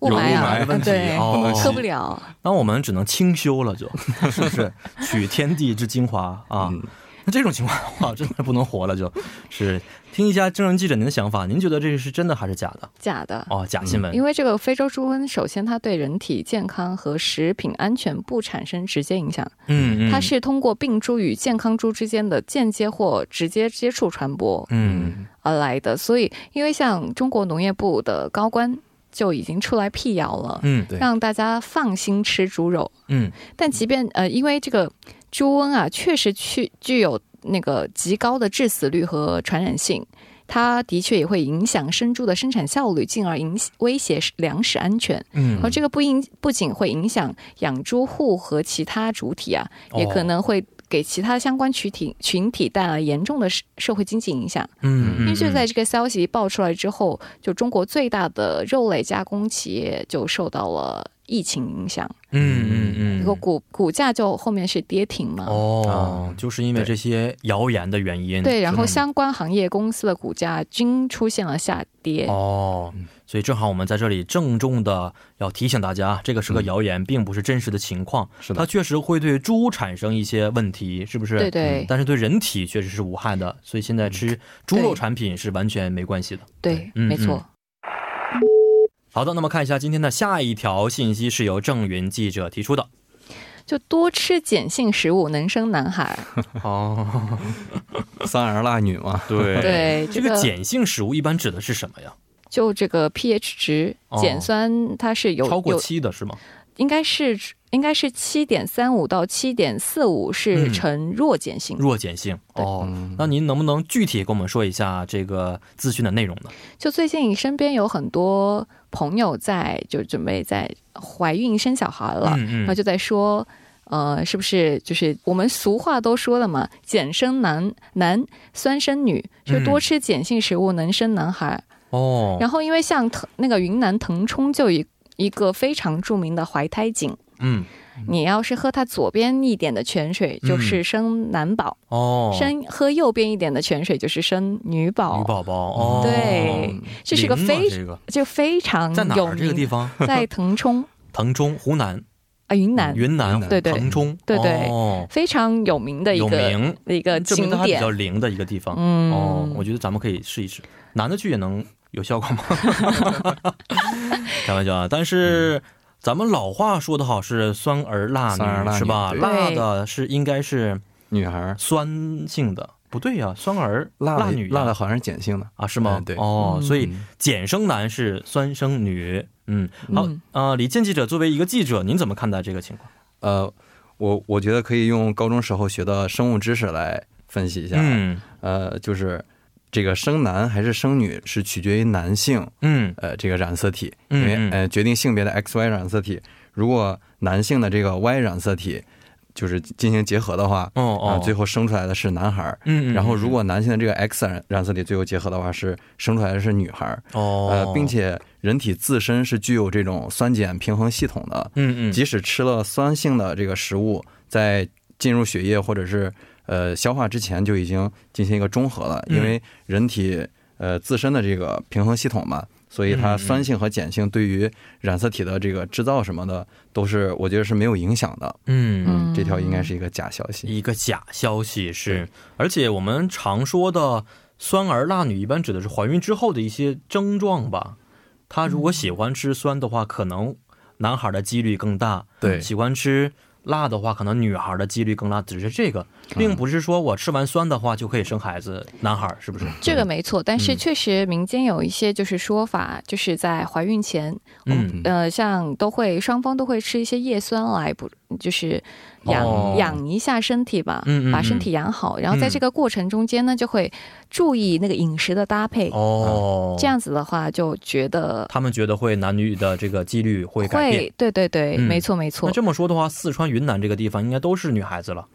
[SPEAKER 4] 雾
[SPEAKER 3] 有雾
[SPEAKER 4] 霾啊
[SPEAKER 3] 霾，的
[SPEAKER 1] 问题
[SPEAKER 4] 对
[SPEAKER 1] 哦不能，
[SPEAKER 4] 喝
[SPEAKER 1] 吸
[SPEAKER 4] 不了。
[SPEAKER 1] 那我们只能清修了就，是不是？取天地之精华啊。
[SPEAKER 3] 嗯
[SPEAKER 1] 那这种情况的话，真的是不能活了就，是听一下郑人记者您的想法，您觉得这个是真的还是假的？
[SPEAKER 4] 假的。
[SPEAKER 1] 哦，假新闻，
[SPEAKER 4] 嗯因为这个非洲猪瘟，首先它对人体健康和食品安全不产生直接影响，
[SPEAKER 1] 嗯嗯，
[SPEAKER 4] 它是通过病猪与健康猪之间的间接或直接接触传播
[SPEAKER 1] 嗯
[SPEAKER 4] 而来的。所以，因为像中国农业部的高官就已经出来辟谣了，
[SPEAKER 1] 嗯
[SPEAKER 3] 对
[SPEAKER 4] 让大家放心吃猪肉。
[SPEAKER 1] 嗯
[SPEAKER 4] 但即便呃，因为这个猪瘟啊，确实去具有那个极高的致死率和传染性，它的确也会影响生猪的生产效率，进而影威胁粮食安全。
[SPEAKER 1] 嗯
[SPEAKER 4] 而，这个不影不仅会影响养猪户和其他主体啊，
[SPEAKER 1] 哦
[SPEAKER 4] 也可能会。给其他相关群体群体带来严重的社社会经济影响，
[SPEAKER 1] 嗯
[SPEAKER 4] 因
[SPEAKER 1] 嗯，
[SPEAKER 4] 为就在这个消息爆出来之后，就中国最大的肉类加工企业就受到了疫情影响。
[SPEAKER 1] 嗯嗯
[SPEAKER 4] 这个
[SPEAKER 1] 嗯，
[SPEAKER 4] 股股价就后面是跌停嘛。
[SPEAKER 1] 哦，就是因为这些谣言的原因，
[SPEAKER 4] 对，然后
[SPEAKER 1] 是吗
[SPEAKER 4] 相关行业公司的股价均出现了下跌。
[SPEAKER 1] 哦，
[SPEAKER 4] 嗯
[SPEAKER 1] 所以正好我们在这里郑重的要提醒大家，啊这个
[SPEAKER 4] 嗯
[SPEAKER 1] 是个谣言，并不是真实的情况，
[SPEAKER 3] 是
[SPEAKER 1] 它
[SPEAKER 3] 的，
[SPEAKER 1] 确实会对猪产生一些问题，是不是？嗯
[SPEAKER 4] 对对、
[SPEAKER 1] 但是对人体确实是无害的，所以现在吃猪肉
[SPEAKER 4] 对
[SPEAKER 1] 产品是完全没关系的。
[SPEAKER 4] 对，
[SPEAKER 1] 嗯
[SPEAKER 4] 没错。
[SPEAKER 1] 嗯好的，那么看一下今天的下一条信息是由郑云记者提出的。
[SPEAKER 4] 就多吃碱性食物能生男孩。
[SPEAKER 1] 哦，
[SPEAKER 3] 三儿辣女嘛，
[SPEAKER 1] 对
[SPEAKER 4] 对，
[SPEAKER 1] 这
[SPEAKER 4] 这
[SPEAKER 1] 个
[SPEAKER 4] 个
[SPEAKER 1] 碱性食物一般指的是什么呀？
[SPEAKER 4] 就这个 pH 值
[SPEAKER 1] 哦，
[SPEAKER 4] 碱酸它是有
[SPEAKER 1] 超过
[SPEAKER 4] 有
[SPEAKER 1] 七的是吗？
[SPEAKER 4] 应该是应该是七点三五到七点四五是
[SPEAKER 1] 嗯
[SPEAKER 4] 呈弱碱性。
[SPEAKER 1] 弱碱性。哦，
[SPEAKER 3] 嗯
[SPEAKER 1] 那您能不能具体给我们说一下这个资讯的内容呢？
[SPEAKER 4] 就最近身边有很多朋友在就准备在怀孕生小孩了，
[SPEAKER 1] 嗯
[SPEAKER 4] 然后就在说，呃，是不是就是我们俗话都说了嘛，碱生男男，酸生女，就
[SPEAKER 1] 嗯
[SPEAKER 4] 多吃碱性食物能生男孩。
[SPEAKER 1] 哦，
[SPEAKER 4] 然后因为像腾那个云南腾冲就有一一个非常著名的怀胎井，
[SPEAKER 1] 嗯，
[SPEAKER 4] 你要是喝它左边一点的泉水
[SPEAKER 1] 嗯
[SPEAKER 4] 就是生男宝，
[SPEAKER 1] 哦，
[SPEAKER 4] 生喝右边一点的泉水就是生女宝。
[SPEAKER 1] 女宝宝，哦，
[SPEAKER 4] 对，
[SPEAKER 3] 嗯
[SPEAKER 4] 这是个
[SPEAKER 1] 灵吗
[SPEAKER 4] 非
[SPEAKER 1] 这个
[SPEAKER 4] 就非常
[SPEAKER 1] 在哪
[SPEAKER 4] 有
[SPEAKER 1] 儿？啊
[SPEAKER 4] 名
[SPEAKER 1] 这个地方，
[SPEAKER 4] 在腾冲
[SPEAKER 1] 腾冲，湖南，
[SPEAKER 4] 啊云南、
[SPEAKER 1] 云南，
[SPEAKER 4] 对对
[SPEAKER 1] 腾冲，
[SPEAKER 4] 对对
[SPEAKER 1] 哦，
[SPEAKER 4] 非常有名的一
[SPEAKER 1] 有
[SPEAKER 4] 个
[SPEAKER 1] 名，嗯
[SPEAKER 4] 一个
[SPEAKER 1] 证明
[SPEAKER 4] 景
[SPEAKER 1] 它比
[SPEAKER 4] 点
[SPEAKER 1] 较。灵的一个地方。
[SPEAKER 4] 嗯，
[SPEAKER 1] 哦，我觉得咱们可以试一试，男的去也能有效果 吗？开玩笑啊，但是。咱们老话说的好是酸儿辣
[SPEAKER 3] 酸儿辣
[SPEAKER 1] 女
[SPEAKER 3] 女
[SPEAKER 1] 是吧？
[SPEAKER 3] 对
[SPEAKER 1] 辣的是应该是
[SPEAKER 3] 女 孩儿
[SPEAKER 1] 酸性的，不对呀、酸儿
[SPEAKER 3] 辣的
[SPEAKER 1] 女呀
[SPEAKER 3] 辣的好像是碱性的，
[SPEAKER 1] 啊是吗？
[SPEAKER 3] 嗯对
[SPEAKER 1] 哦，
[SPEAKER 4] 嗯
[SPEAKER 1] 所以碱生男是酸生女，嗯，好
[SPEAKER 4] 嗯
[SPEAKER 1] 啊、呃李健记者作为一个记者，您怎么看待这个情况？
[SPEAKER 3] 呃，我我觉得可以用高中时候学的生物知识来分析一下，
[SPEAKER 1] 嗯
[SPEAKER 3] 呃，就是这个生男还是生女是取决于男性
[SPEAKER 1] 嗯
[SPEAKER 3] 呃这个染色体，因
[SPEAKER 1] 嗯
[SPEAKER 3] 为
[SPEAKER 1] 嗯
[SPEAKER 3] 呃决定性别的 XY 染色体，如果男性的这个 Y 染色体就是进行结合的话，
[SPEAKER 1] 哦
[SPEAKER 3] 啊、
[SPEAKER 1] 哦，
[SPEAKER 3] 最后生出来的是男孩儿。
[SPEAKER 1] 嗯，嗯
[SPEAKER 3] 然后，如果男性的这个 X 染染色体最后结合的话，是生出来的是女孩儿，
[SPEAKER 1] 哦、
[SPEAKER 3] 呃，并且人体自身是具有这种酸碱平衡系统的，
[SPEAKER 1] 嗯嗯
[SPEAKER 3] 即使吃了酸性的这个食物，在进入血液或者是呃消化之前就已经进行一个中和了，
[SPEAKER 1] 嗯
[SPEAKER 3] 因为人体呃自身的这个平衡系统嘛，所以
[SPEAKER 1] 嗯
[SPEAKER 3] 它
[SPEAKER 1] 嗯
[SPEAKER 3] 酸性和碱性对于染色体的这个制造什么的都是我觉得是没有影响的。
[SPEAKER 1] 嗯
[SPEAKER 4] 嗯
[SPEAKER 3] 这条应该是一个假消息。
[SPEAKER 1] 一个假消息是，而且我们常说的酸儿辣女，一般指的是怀孕之后的一些症状吧。她如果喜欢吃酸的话，可能男孩的几率更大；
[SPEAKER 3] 对
[SPEAKER 1] 喜欢吃辣的话，可能女孩的几率更大。只是这个，并不是说我吃完酸的话就可以生孩子，男孩是不是？
[SPEAKER 4] 嗯这个没错，但是
[SPEAKER 1] 嗯
[SPEAKER 4] 确实民间有一些就是说法，就是在怀孕前，
[SPEAKER 1] 嗯
[SPEAKER 4] 呃，像都会双方都会吃一些叶酸来补，就是养、
[SPEAKER 1] 哦
[SPEAKER 4] 养一下身体吧，
[SPEAKER 1] 嗯嗯嗯
[SPEAKER 4] 把身体养好。然后在
[SPEAKER 1] 嗯
[SPEAKER 4] 这个过程中间呢，就会注意那个饮食的搭配，
[SPEAKER 1] 哦，
[SPEAKER 4] 这样子的话就觉得
[SPEAKER 1] 他们觉得会男女的这个几率会改变。
[SPEAKER 4] 会，对对对，
[SPEAKER 1] 嗯
[SPEAKER 4] 没错没错
[SPEAKER 1] 那。这么说的话，四川、云南这个地方应该都是女孩子 了，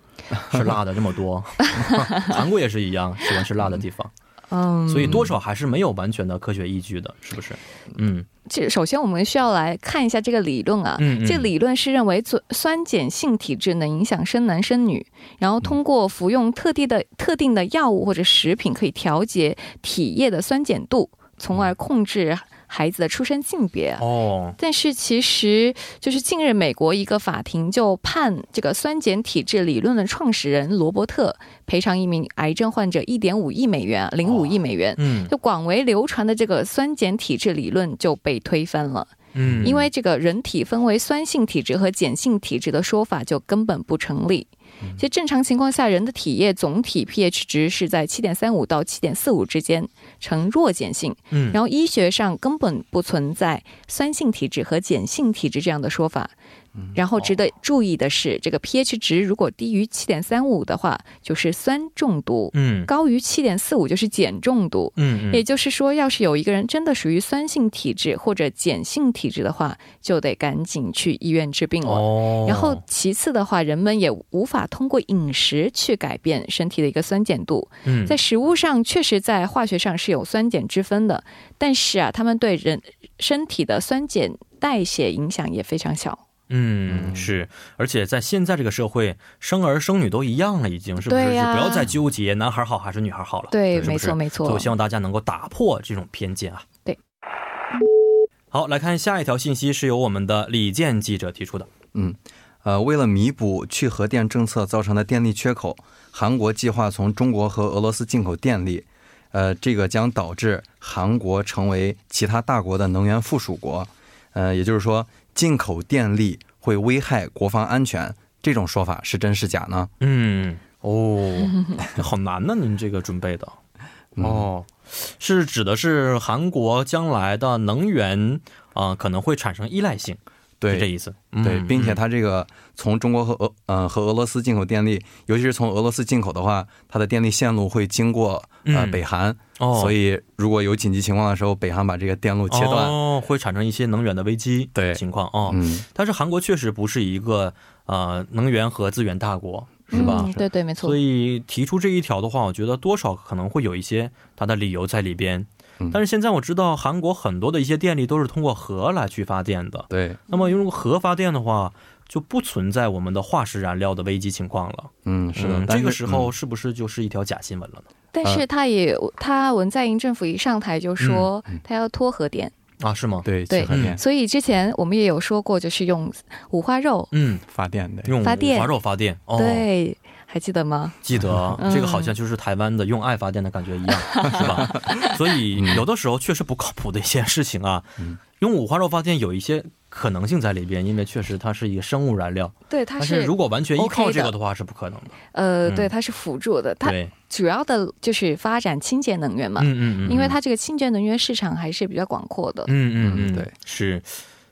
[SPEAKER 1] 吃辣的这么 多。韩国也是一样，喜欢吃辣的地方，
[SPEAKER 4] 嗯，
[SPEAKER 1] 所以多少还是没有完全的科学依据的，是不是？嗯
[SPEAKER 4] 这首先我们需要来看一下这个理论啊，
[SPEAKER 1] 嗯嗯
[SPEAKER 4] 这理论是认为酸酸碱性体质能影响生男生女，然后通过服用特定的特定的药物或者食品，可以调节体液的酸碱度，从而控制孩子的出生性别。啊
[SPEAKER 1] 哦，
[SPEAKER 4] 但是其实，就是近日美国一个法庭就判这个酸碱体制理论的创始人罗伯特赔偿一名癌症患者一点五亿美元，零五亿美元。
[SPEAKER 1] 嗯
[SPEAKER 4] 就广为流传的这个酸碱体制理论就被推翻了，
[SPEAKER 1] 嗯，
[SPEAKER 4] 因为这个人体分为酸性体质和碱性体质的说法就根本不成立。
[SPEAKER 1] 嗯
[SPEAKER 4] 其实正常情况下，人的体液总体 pH 值是在七点三五到七点四五之间，呈弱碱性。
[SPEAKER 1] 嗯
[SPEAKER 4] 然后医学上根本不存在酸性体质和碱性体质这样的说法。
[SPEAKER 1] 嗯
[SPEAKER 4] 然后值得注意的是，这个 pH 值如果低于七点三五的话，就是酸中毒；
[SPEAKER 1] 嗯
[SPEAKER 4] 高于七点四五就是碱中毒。
[SPEAKER 1] 嗯
[SPEAKER 4] 也
[SPEAKER 1] 嗯
[SPEAKER 4] 就是说，要是有一个人真的属于酸性体质或者碱性体质的话，就得赶紧去医院治病了。
[SPEAKER 1] 哦，
[SPEAKER 4] 然后，其次的话，人们也无法通过饮食去改变身体的一个酸碱度。
[SPEAKER 1] 嗯，
[SPEAKER 4] 在食物上，确实在化学上是有酸碱之分的，但是啊，他们对人身体的酸碱代谢影响也非常小。
[SPEAKER 1] 嗯，是，而且在现在这个社会，生儿生女都一样了，已经是不是？
[SPEAKER 4] 对呀
[SPEAKER 1] 就不要再纠结男孩好还是女孩好了。
[SPEAKER 4] 对，
[SPEAKER 1] 是不
[SPEAKER 4] 没
[SPEAKER 1] 是
[SPEAKER 4] 错，没
[SPEAKER 1] 所以
[SPEAKER 4] 错
[SPEAKER 1] 我。希望大家能够打破这种偏见啊。
[SPEAKER 4] 对。
[SPEAKER 1] 好，来看下一条信息，是由我们的李健记者提出的。
[SPEAKER 3] 呃，为了弥补去核电政策造成的电力缺口，韩国计划从中国和俄罗斯进口电力。呃，这个将导致韩国成为其他大国的能源附属国。呃，也就是说，进口电力会危害国防安全，这种说法是真是假呢？
[SPEAKER 1] 嗯，哦， 好难呢、您这个准备的。
[SPEAKER 3] 嗯
[SPEAKER 1] 哦，是指的是韩国将来的能源啊、呃可能会产生依赖性，是这
[SPEAKER 3] 对
[SPEAKER 1] 意思。
[SPEAKER 3] 对，
[SPEAKER 1] 嗯
[SPEAKER 3] 并且
[SPEAKER 1] 嗯
[SPEAKER 3] 它这个从中国和俄呃和俄罗斯进口电力，尤其是从俄罗斯进口的话，它的电力线路会经过呃
[SPEAKER 1] 嗯
[SPEAKER 3] 北韩，
[SPEAKER 1] 哦，
[SPEAKER 3] 所以如果有紧急情况的时候，北韩把这个电路切断，
[SPEAKER 1] 哦，会产生一些能源的危机
[SPEAKER 3] 对
[SPEAKER 1] 情况哦。
[SPEAKER 3] 嗯，
[SPEAKER 1] 但是韩国确实不是一个呃能源和资源大国，是吧？
[SPEAKER 4] 嗯，对对，没错
[SPEAKER 1] 所。以呃提出这一条的话，我觉得多少可能会有一些它的理由在里边
[SPEAKER 3] 嗯。
[SPEAKER 1] 但是现在我知道韩国很多的一些电力都是通过核来去发电的，
[SPEAKER 3] 对，
[SPEAKER 1] 那么如果核发电的话，就不存在我们的化石燃料的危机情况了。
[SPEAKER 3] 嗯，是的，
[SPEAKER 1] 嗯这
[SPEAKER 3] 但是
[SPEAKER 1] 个时候是不是就是一条假新闻了呢？
[SPEAKER 4] 但是他也，他文在寅政府一上台就说
[SPEAKER 1] 嗯
[SPEAKER 4] 他要脱核电，
[SPEAKER 1] 啊，是吗
[SPEAKER 3] 嗯？对
[SPEAKER 4] 对
[SPEAKER 3] 去核电
[SPEAKER 4] 所以之前我们也有说过，就是用五花肉，
[SPEAKER 1] 嗯，
[SPEAKER 3] 发电的，
[SPEAKER 1] 用
[SPEAKER 4] 发电
[SPEAKER 1] 华肉发电，哦，
[SPEAKER 4] 对，还记得吗？
[SPEAKER 1] 记得
[SPEAKER 4] 嗯
[SPEAKER 1] 这个好像就是台湾的用爱发电的感觉一 样，是吧？所以
[SPEAKER 3] 嗯
[SPEAKER 1] 有的时候确实不靠谱的一件事情啊，用五花肉发电有一些可能性在里边，因为确实它是一个生物燃料，
[SPEAKER 4] 对，它
[SPEAKER 1] 但
[SPEAKER 4] 是
[SPEAKER 1] 是如果完全依
[SPEAKER 4] OK
[SPEAKER 1] 靠
[SPEAKER 4] 的
[SPEAKER 1] 这个的话是不可能的。
[SPEAKER 4] 呃，
[SPEAKER 1] 嗯
[SPEAKER 4] 对，它是辅助的，它
[SPEAKER 1] 对，
[SPEAKER 4] 主要的就是发展清洁能源嘛，
[SPEAKER 1] 嗯嗯嗯，
[SPEAKER 4] 因为它这个清洁能源市场还是比较广阔的，
[SPEAKER 1] 嗯嗯嗯
[SPEAKER 3] 嗯对
[SPEAKER 1] 是。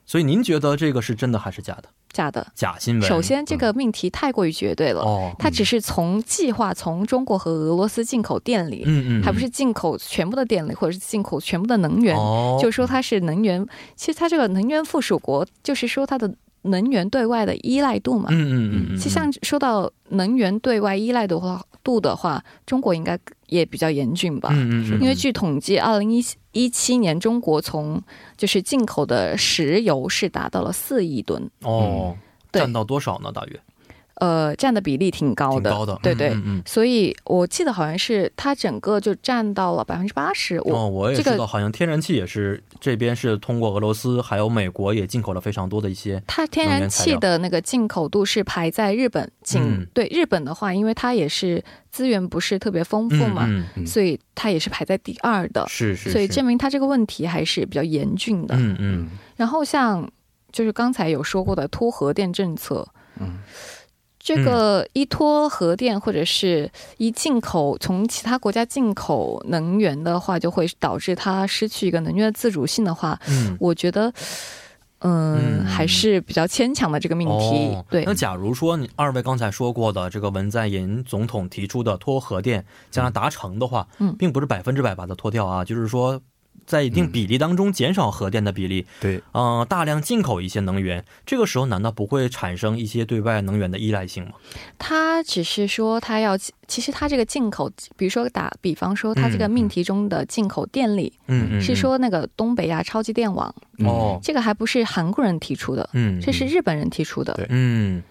[SPEAKER 1] 所以您觉得这个是真的还是假的？
[SPEAKER 4] 假的。
[SPEAKER 1] 假新闻？
[SPEAKER 4] 首先，这个命题太过于绝对了，
[SPEAKER 1] 嗯哦，
[SPEAKER 4] 它只是从计划从中国和俄罗斯进口电力，
[SPEAKER 1] 嗯嗯，
[SPEAKER 4] 还不是进口全部的电力，或者是进口全部的能源，
[SPEAKER 1] 哦，
[SPEAKER 4] 就说它是能源。其实它这个能源附属国，就是说它的能源对外的依赖度嘛。
[SPEAKER 1] 嗯嗯嗯嗯，
[SPEAKER 4] 其实像说到能源对外依赖的话度的话，中国应该也比较严峻吧。
[SPEAKER 1] 嗯嗯嗯，
[SPEAKER 4] 因为据统计，二零一一七年中国从就是进口的石油是达到了四亿吨，
[SPEAKER 1] 哦，
[SPEAKER 4] 嗯对
[SPEAKER 1] 占到多少呢？大约
[SPEAKER 4] 呃，占的比例挺高
[SPEAKER 1] 挺
[SPEAKER 4] 的，
[SPEAKER 1] 高的，
[SPEAKER 4] 对对。
[SPEAKER 1] 嗯嗯
[SPEAKER 4] 所以我记得好像是它整个就占到了百分之八十，我、
[SPEAKER 1] 哦，我也
[SPEAKER 4] 这
[SPEAKER 1] 知
[SPEAKER 4] 个
[SPEAKER 1] 道，好像天然气也是这边是通过俄罗斯还有美国也进口了非常多的一些，
[SPEAKER 4] 它天然气的那个进口度是排在日本仅、
[SPEAKER 1] 嗯
[SPEAKER 4] 对日本的话，因为它也是资源不是特别丰富嘛，
[SPEAKER 1] 嗯嗯、
[SPEAKER 3] 嗯
[SPEAKER 4] 所以它也是排在第二的，
[SPEAKER 1] 是是，
[SPEAKER 4] 所以
[SPEAKER 1] 是
[SPEAKER 4] 证明它这个问题还是比较严峻的。
[SPEAKER 1] 嗯嗯
[SPEAKER 3] 嗯，
[SPEAKER 4] 然后像就是刚才有说过的脱核电政策，
[SPEAKER 3] 嗯，
[SPEAKER 4] 这
[SPEAKER 1] 嗯
[SPEAKER 4] 个依托核电或者是依进口从其他国家进口能源的话，就会导致它失去一个能源的自主性的话，
[SPEAKER 1] 嗯。
[SPEAKER 4] 我觉得。嗯，
[SPEAKER 1] 嗯
[SPEAKER 4] 还是比较牵强的这个 命题，
[SPEAKER 1] 哦、
[SPEAKER 4] 对
[SPEAKER 1] 那，假如说你二位刚才说过的这个文在寅总统提出的脱核电将来达成的话，
[SPEAKER 4] 嗯
[SPEAKER 1] 并不是百分之百把它脱掉啊，就是说在一定
[SPEAKER 3] 嗯
[SPEAKER 1] 比例当中减少核电的比例，
[SPEAKER 3] 对，
[SPEAKER 1] 嗯、大量进口一些能源，这个时候难道不会产生一些对外能源的依赖性吗？
[SPEAKER 4] 他只是说他要，其实他这个进口，比如说打比方说，他这个
[SPEAKER 1] 嗯
[SPEAKER 4] 命题中的进口电力、
[SPEAKER 1] 嗯嗯，
[SPEAKER 4] 是说那个东北亚超级电网，
[SPEAKER 1] 嗯哦，
[SPEAKER 4] 这个还不是韩国人提出的，
[SPEAKER 1] 嗯，
[SPEAKER 4] 这是日本人提出的。
[SPEAKER 3] 对
[SPEAKER 1] 嗯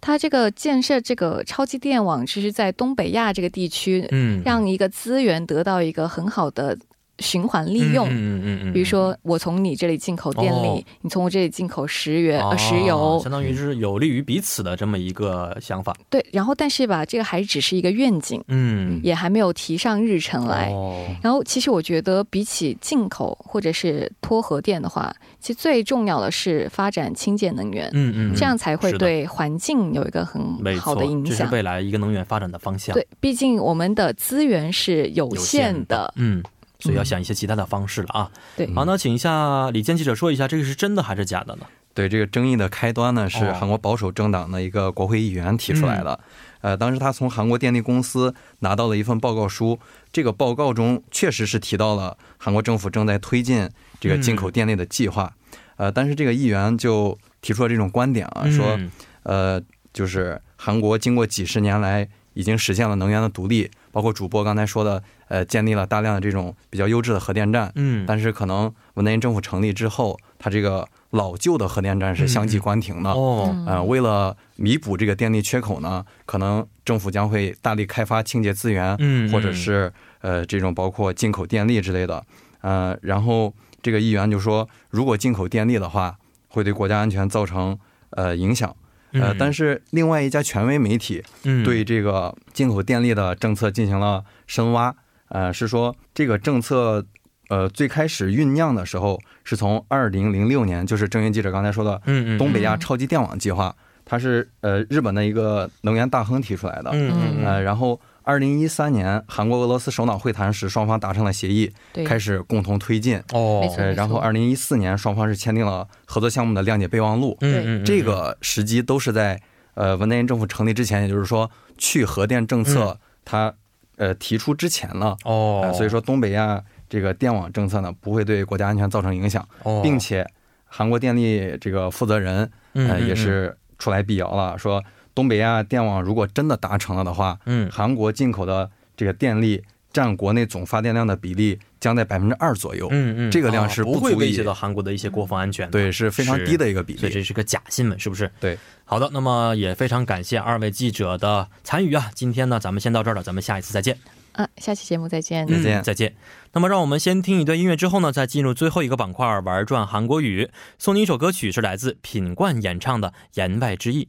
[SPEAKER 4] 他这个建设这个超级电网，其实在东北亚这个地区，
[SPEAKER 1] 嗯，
[SPEAKER 4] 让一个资源得到一个很好的循环利用。
[SPEAKER 1] 嗯嗯嗯
[SPEAKER 4] 比如说，我从你这里进口电力，
[SPEAKER 1] 哦
[SPEAKER 4] 你从我这里进口石油、呃石
[SPEAKER 1] 哦
[SPEAKER 4] 油，
[SPEAKER 1] 相当于是有利于彼此的这么一个想法。
[SPEAKER 4] 对。然后，但是吧，这个还只是一个愿景，
[SPEAKER 1] 嗯，
[SPEAKER 4] 也还没有提上日程来。
[SPEAKER 1] 哦
[SPEAKER 4] 然后，其实我觉得，比起进口或者是脱核电的话，其实最重要的是发展清洁能源，
[SPEAKER 1] 嗯嗯，嗯
[SPEAKER 4] 这样才会
[SPEAKER 1] 是的
[SPEAKER 4] 对环境有一个很
[SPEAKER 1] 没
[SPEAKER 4] 好
[SPEAKER 1] 错，
[SPEAKER 4] 的影
[SPEAKER 1] 这是
[SPEAKER 4] 响。
[SPEAKER 1] 未来一个能源发展的方向。
[SPEAKER 4] 对，毕竟我们的资源是有
[SPEAKER 1] 有
[SPEAKER 4] 限的。
[SPEAKER 1] 限的，嗯，所以要想一些其他的方式了啊。
[SPEAKER 4] 对
[SPEAKER 1] 好，那请一下李健记者说一下，这个是真的还是假的呢？
[SPEAKER 3] 对这个争议的开端呢，是
[SPEAKER 1] 哦嗯
[SPEAKER 3] 韩国保守政党的一个国会议员提出来的。呃，当时他从韩国电力公司拿到了一份报告书，这个报告中确实是提到了韩国政府正在推进这个进
[SPEAKER 1] 嗯
[SPEAKER 3] 口电力的计划。呃，但是这个议员就提出了这种观点啊，说
[SPEAKER 1] 嗯
[SPEAKER 3] 呃，就是韩国经过几十年来已经实现了能源的独立，包括主播刚才说的，呃，建立了大量的这种比较优质的核电站。
[SPEAKER 1] 嗯，
[SPEAKER 3] 但是可能文在寅政府成立之后，它这个老旧的核电站是相继关停的。
[SPEAKER 1] 嗯哦，
[SPEAKER 3] 呃，为了弥补这个电力缺口呢，可能政府将会大力开发清洁资源，
[SPEAKER 1] 嗯
[SPEAKER 3] 或者是呃这种包括进口电力之类的。呃，然后这个议员就说，如果进口电力的话，会对国家安全造成呃影响。呃，但
[SPEAKER 1] 是
[SPEAKER 3] 是另外一家权威媒体
[SPEAKER 1] 嗯
[SPEAKER 3] 对这个进口电力的政策进行了深挖，呃，是说这个政策，呃，最开始酝酿的时候是从二零零六年，就是郑云记者刚才说的
[SPEAKER 1] 嗯嗯
[SPEAKER 3] 东北亚超级电网计划，它是呃日本的一个能源大亨提出来的，
[SPEAKER 1] 嗯嗯
[SPEAKER 3] 呃，然后二零一三年韩国俄罗斯首脑会谈时，双方达成了协议，
[SPEAKER 4] 对，
[SPEAKER 3] 开始共同推进，
[SPEAKER 1] 哦
[SPEAKER 4] 没错
[SPEAKER 3] 呃，然后二零一四年双方是签订了合作项目的谅解备忘录，
[SPEAKER 1] 嗯
[SPEAKER 4] 对
[SPEAKER 1] 嗯嗯
[SPEAKER 3] 这个时机都是在呃文在寅政府成立之前，也就是说去核电政策它呃提出之前了、
[SPEAKER 1] 嗯哦
[SPEAKER 3] 呃，所以说东北亚这个电网政策呢不会对国家安全造成影响，
[SPEAKER 1] 哦
[SPEAKER 3] 并且韩国电力这个负责人
[SPEAKER 1] 嗯
[SPEAKER 3] 呃
[SPEAKER 1] 嗯
[SPEAKER 3] 也是出来辟谣了，说东北亚电网如果真的达成了的话，
[SPEAKER 1] 嗯
[SPEAKER 3] 韩国进口的这个电力占国内总发电量的比例将在百分之二左右，
[SPEAKER 1] 嗯嗯，
[SPEAKER 3] 这个量是
[SPEAKER 1] 哦不
[SPEAKER 3] 不
[SPEAKER 1] 会
[SPEAKER 3] 足
[SPEAKER 1] 威
[SPEAKER 3] 以
[SPEAKER 1] 胁到韩国的一些国防安全的。
[SPEAKER 3] 对，是非常低的一个比
[SPEAKER 1] 所以
[SPEAKER 3] 例。
[SPEAKER 1] 这是个假新闻，是不是？
[SPEAKER 3] 对。
[SPEAKER 1] 好的，那么也非常感谢二位记者的参与啊！今天呢，咱们先到这儿了，咱们下一次再见。
[SPEAKER 4] 啊，下期节目再见。
[SPEAKER 3] 再见
[SPEAKER 1] 嗯再见。那么，让我们先听一段音乐，之后呢，再进入最后一个板块儿玩转韩国语。送你一首歌曲，是来自品冠演唱的《言外之意》。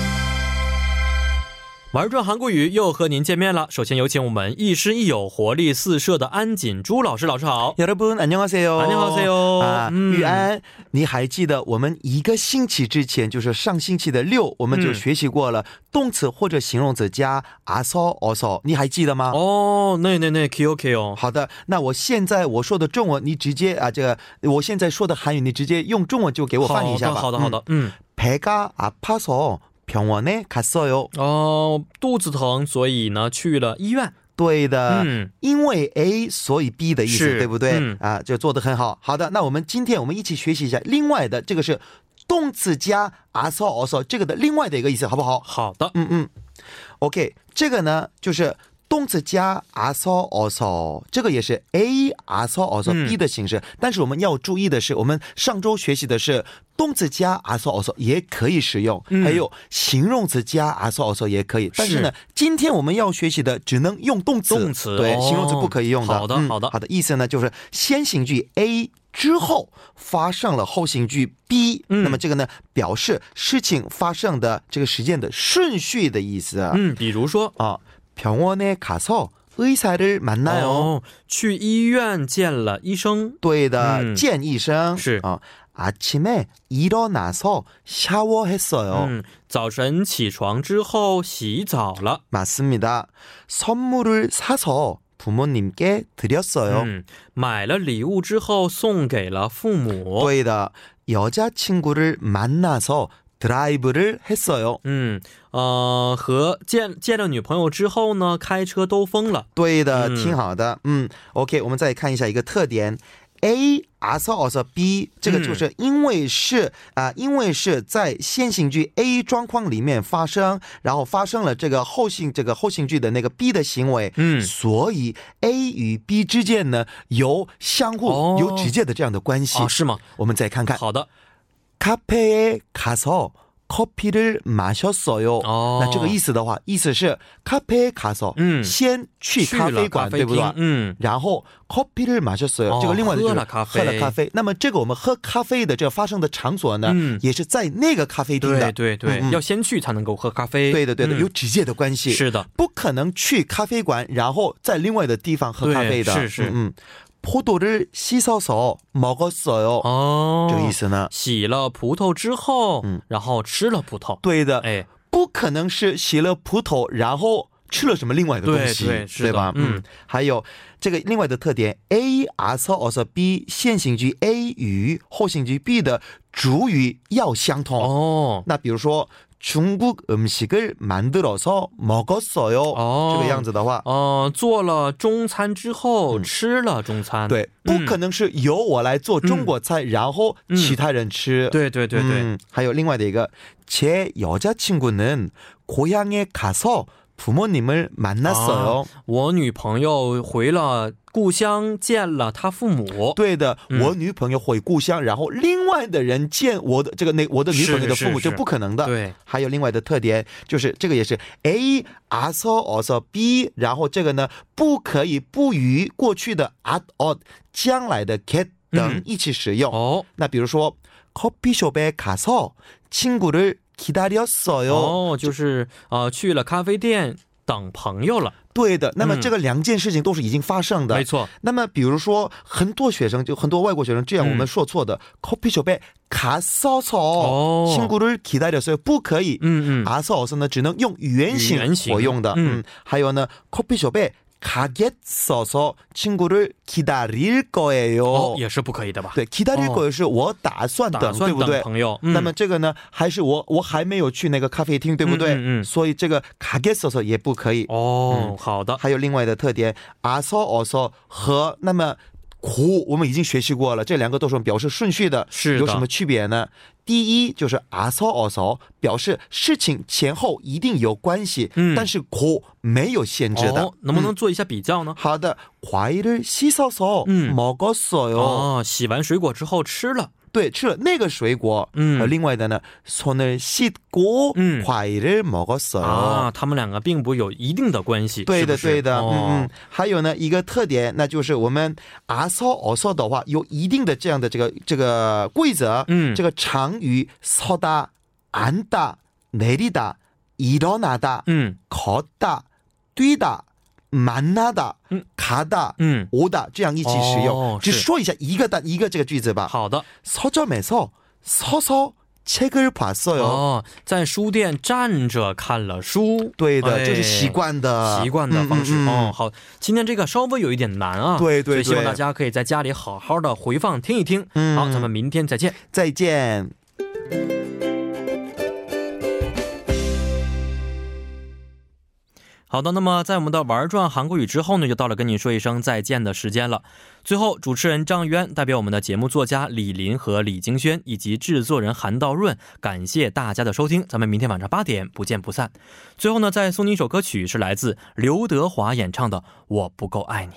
[SPEAKER 1] 玩转韩国语又和您见面了。首先有请我们亦师亦友、活力四射的安锦珠老师，老师好。
[SPEAKER 6] 여러분 안녕하세요.
[SPEAKER 1] 안녕하세요.
[SPEAKER 6] 啊，
[SPEAKER 1] 음.
[SPEAKER 6] 玉安，你还记得我们一个星期之前，就是上星期的六，我们就
[SPEAKER 1] 嗯
[SPEAKER 6] 学习过了动词或者形容词加啊아서어서，你还记得吗？
[SPEAKER 1] 哦，那那那 Q Q 哦，
[SPEAKER 6] 好的，那我现在我说的中文，你直接啊，这个我现在说的韩语，你直接用中文就给我翻译一下吧。
[SPEAKER 1] 好的，好的，好的。嗯，
[SPEAKER 6] 배가아파서병원에갔어요。
[SPEAKER 1] 哦，肚子疼，所以呢去了医院。
[SPEAKER 6] 对的，
[SPEAKER 1] 嗯
[SPEAKER 6] 因为 A 所以 B 的意思，
[SPEAKER 1] 是
[SPEAKER 6] 对不对？
[SPEAKER 1] 嗯
[SPEAKER 6] 啊，就做的很好。好的，那我们今天我们一起学习一下另外的，这个是动词加 also also 这个的另外的一个意思，好不好？
[SPEAKER 1] 好的，
[SPEAKER 6] 嗯嗯，OK，这个呢就是动词加 also also，这个也是 A also also
[SPEAKER 1] 嗯
[SPEAKER 6] B 的形式。但是我们要注意的是，我们上周学习的是动词加 also also 也可以使用，
[SPEAKER 1] 嗯
[SPEAKER 6] 还有形容词加 also also 也可以。但是呢，今天我们要学习的只能用动词，
[SPEAKER 1] 动词
[SPEAKER 6] 对、
[SPEAKER 1] 哦
[SPEAKER 6] 形容词不可以用的。嗯
[SPEAKER 1] 好的好的
[SPEAKER 6] 好的，意思呢就是先行句 A。之后发生了后行句 B，、
[SPEAKER 1] 嗯
[SPEAKER 6] 那么这个呢表示事情发生的这个时间的顺序的意思。
[SPEAKER 1] 嗯，比如说，
[SPEAKER 6] 啊，병원에가서의사를만나요。
[SPEAKER 1] 哦，去医院见了医生。
[SPEAKER 6] 对的，
[SPEAKER 1] 嗯
[SPEAKER 6] 见医生
[SPEAKER 1] 음。 是
[SPEAKER 6] 啊。아침에일어나서샤워했어요。
[SPEAKER 1] 嗯，早晨起床之后洗澡了。
[SPEAKER 6] 맞습니다. 선물을 사서 부모님께 드렸어요.
[SPEAKER 1] 嗯，买了礼物之后送给了父母。
[SPEAKER 6] 또이다 여자친구를 만나서 드라이브를 했어요.
[SPEAKER 1] 嗯，呃，和见见了女朋友之后
[SPEAKER 6] 哦
[SPEAKER 1] 呢，开车兜风了。
[SPEAKER 6] 对的，
[SPEAKER 1] 嗯
[SPEAKER 6] 挺好的。嗯，OK，我们再看一下一个特点 A 阿骚阿骚 B，这个
[SPEAKER 1] 嗯
[SPEAKER 6] 就是因为是啊、因为是在先行句 A 状况里面发生，然后发生了这个后行这个后行句的那个 B 的行为，
[SPEAKER 1] 嗯
[SPEAKER 6] 所以 A 与 B 之间呢有相互、
[SPEAKER 1] 哦
[SPEAKER 6] 有直接的这样的关系。
[SPEAKER 1] 啊，是吗？
[SPEAKER 6] 我们再看看
[SPEAKER 1] 好的，
[SPEAKER 6] 카페에 가서 커피를 마셨어요.
[SPEAKER 1] 어.
[SPEAKER 6] 那这个意思的话，意思是 카페에 가서，
[SPEAKER 1] 嗯
[SPEAKER 6] 先去咖啡馆，对不对？
[SPEAKER 1] 嗯，
[SPEAKER 6] 然后 커피를 마셨어요，、
[SPEAKER 1] 哦
[SPEAKER 6] 这个另外的就是
[SPEAKER 1] 喝了咖啡
[SPEAKER 6] 喝了咖啡。那么这个我们喝咖啡的这个发生的场所呢，
[SPEAKER 1] 嗯
[SPEAKER 6] 也是在那个咖啡厅的，
[SPEAKER 1] 对对对、
[SPEAKER 6] 嗯嗯
[SPEAKER 1] 要先去才能够喝咖啡。
[SPEAKER 6] 对的对的，
[SPEAKER 1] 嗯
[SPEAKER 6] 有直接的关系。
[SPEAKER 1] 是的，
[SPEAKER 6] 不可能去咖啡馆，然后在另外的地方喝
[SPEAKER 1] 对
[SPEAKER 6] 咖啡的。
[SPEAKER 1] 是是
[SPEAKER 6] 嗯嗯。포도를씻어서먹었어요，
[SPEAKER 1] 哦，
[SPEAKER 6] 这个意。思呢？
[SPEAKER 1] 洗了葡萄之后，
[SPEAKER 6] 嗯
[SPEAKER 1] 然后吃了葡萄。
[SPEAKER 6] 对的，
[SPEAKER 1] 哎，
[SPEAKER 6] 不可能是洗了葡萄，然后吃了什么另外的东西，
[SPEAKER 1] 对对是的
[SPEAKER 6] 吧？
[SPEAKER 1] 嗯，
[SPEAKER 6] 还有这个另外的特点，A R S O S B 现行句 A 与后行句 B 的主语要相同。
[SPEAKER 1] 哦，
[SPEAKER 6] 那比如说。중국음식을만들어서먹었어요，
[SPEAKER 1] 哦
[SPEAKER 6] 这个样子的话，
[SPEAKER 1] 呃，做了中餐之后、吃了中餐。
[SPEAKER 6] 嗯对，不可能是由我来做中国
[SPEAKER 1] 嗯
[SPEAKER 6] 菜，然后其他人吃。
[SPEAKER 1] 对对对对、
[SPEAKER 6] 嗯还有另外的一个，제여자친구는고향에가서부모님을만났어요。
[SPEAKER 1] 我女朋友回了故乡，见了她父母。
[SPEAKER 6] 对的，
[SPEAKER 1] 嗯
[SPEAKER 6] 我女朋友回故乡，然后另外的人见我的这个那我的女朋友的父母，
[SPEAKER 1] 是是是
[SPEAKER 6] 这不可能的。
[SPEAKER 1] 对
[SPEAKER 6] 还有另外的特点就是这个也是 A R S O S B，然后这个呢不可以不与过去的 at all 将来的 get 等
[SPEAKER 1] 嗯
[SPEAKER 6] 一起使用。
[SPEAKER 1] 哦
[SPEAKER 6] 那比如说，커피숍에 가서 친구를 기다렸어요。
[SPEAKER 1] 哦，就是呃，去了咖啡店等朋友了。
[SPEAKER 6] 对的，那么
[SPEAKER 1] 嗯
[SPEAKER 6] 这个两件事情都是已经发生的。
[SPEAKER 1] 没错，
[SPEAKER 6] 那么，比如说，很多学生就很多外国学生这样，
[SPEAKER 1] 嗯
[SPEAKER 6] 我们说错的、커피숍에 가서서
[SPEAKER 1] 哦
[SPEAKER 6] 친구를기다렸어요不可以。
[SPEAKER 1] 嗯嗯，
[SPEAKER 6] 가서서呢，只能用原形
[SPEAKER 1] 原形
[SPEAKER 6] 活用的。
[SPEAKER 1] 嗯
[SPEAKER 6] 嗯，还有呢，커피숍에 가겠어서 친구를 기다릴 거예요。
[SPEAKER 1] 哦，也是不可以的吧？，
[SPEAKER 6] 对，기다릴
[SPEAKER 1] 哦
[SPEAKER 6] 거예요是我打算等，
[SPEAKER 1] 打算
[SPEAKER 6] 对不对
[SPEAKER 1] 等？朋友。嗯、
[SPEAKER 6] 那么这个呢，还是我我还没有去那个咖啡厅，对不对？
[SPEAKER 1] 嗯嗯嗯
[SPEAKER 6] 所以这个가겠어서也不可以。
[SPEAKER 1] 哦、好的，
[SPEAKER 6] 嗯还有另外的特点，aso 啊 also 和那么苦，我们已经学习过了，这两个都是表示顺序的，
[SPEAKER 1] 是的
[SPEAKER 6] 有什么区别呢？第一就是啊 aso also 表示事情前后一定有关系，
[SPEAKER 1] 嗯
[SPEAKER 6] 但是苦没有限制的，
[SPEAKER 1] 哦，能不能
[SPEAKER 6] 嗯
[SPEAKER 1] 做一下比较呢？
[SPEAKER 6] 好的，과일을씻어서
[SPEAKER 1] 嗯
[SPEAKER 6] 먹었어요。
[SPEAKER 1] 哦，洗完水果之后吃了。
[SPEAKER 6] 对，吃了那个水果。
[SPEAKER 1] 嗯
[SPEAKER 6] 还有另外的呢，손을씻고
[SPEAKER 1] 嗯
[SPEAKER 6] 과일을먹었어요。
[SPEAKER 1] 啊，他们两个并不有一定的关系，
[SPEAKER 6] 哦对的，
[SPEAKER 1] 是不是
[SPEAKER 6] 对的，嗯
[SPEAKER 1] 哦
[SPEAKER 6] 嗯，还有呢一个特点，那就是我们啊阿骚奥骚的话，有一定的这样的这个这个规则，
[SPEAKER 1] 嗯
[SPEAKER 6] 这个常语骚达、安达、内里达、伊到那达、
[SPEAKER 1] 嗯
[SPEAKER 6] 考达、对达、满那达
[SPEAKER 1] 嗯、
[SPEAKER 6] 卡达、
[SPEAKER 1] 嗯，
[SPEAKER 6] 오다这样一起使用，
[SPEAKER 1] 哦
[SPEAKER 6] 只
[SPEAKER 1] 是
[SPEAKER 6] 说一下一个单一个这个句子吧。
[SPEAKER 1] 好的。
[SPEAKER 6] 서점에서 서서 책을 봤어요。
[SPEAKER 1] 哦，在书店站着看了书，
[SPEAKER 6] 对的，
[SPEAKER 1] 哎
[SPEAKER 6] 这是习惯的
[SPEAKER 1] 习惯的方式、
[SPEAKER 6] 嗯嗯嗯
[SPEAKER 1] 哦。好，今天这个稍微有一点难啊，
[SPEAKER 6] 对对
[SPEAKER 1] 所以希望
[SPEAKER 6] 对
[SPEAKER 1] 大家可以在家里好好的回放听一听。
[SPEAKER 6] 嗯
[SPEAKER 1] 好，咱们明天再见。
[SPEAKER 6] 再见。
[SPEAKER 1] 好的，那么在我们的玩转韩国语之后呢，就到了跟你说一声再见的时间了。最后，主持人张渊代表我们的节目作家李林和李京轩以及制作人韩道润，感谢大家的收听，咱们明天晚上八点不见不散。最后呢，再送你一首歌曲，是来自刘德华演唱的《我不够爱你》。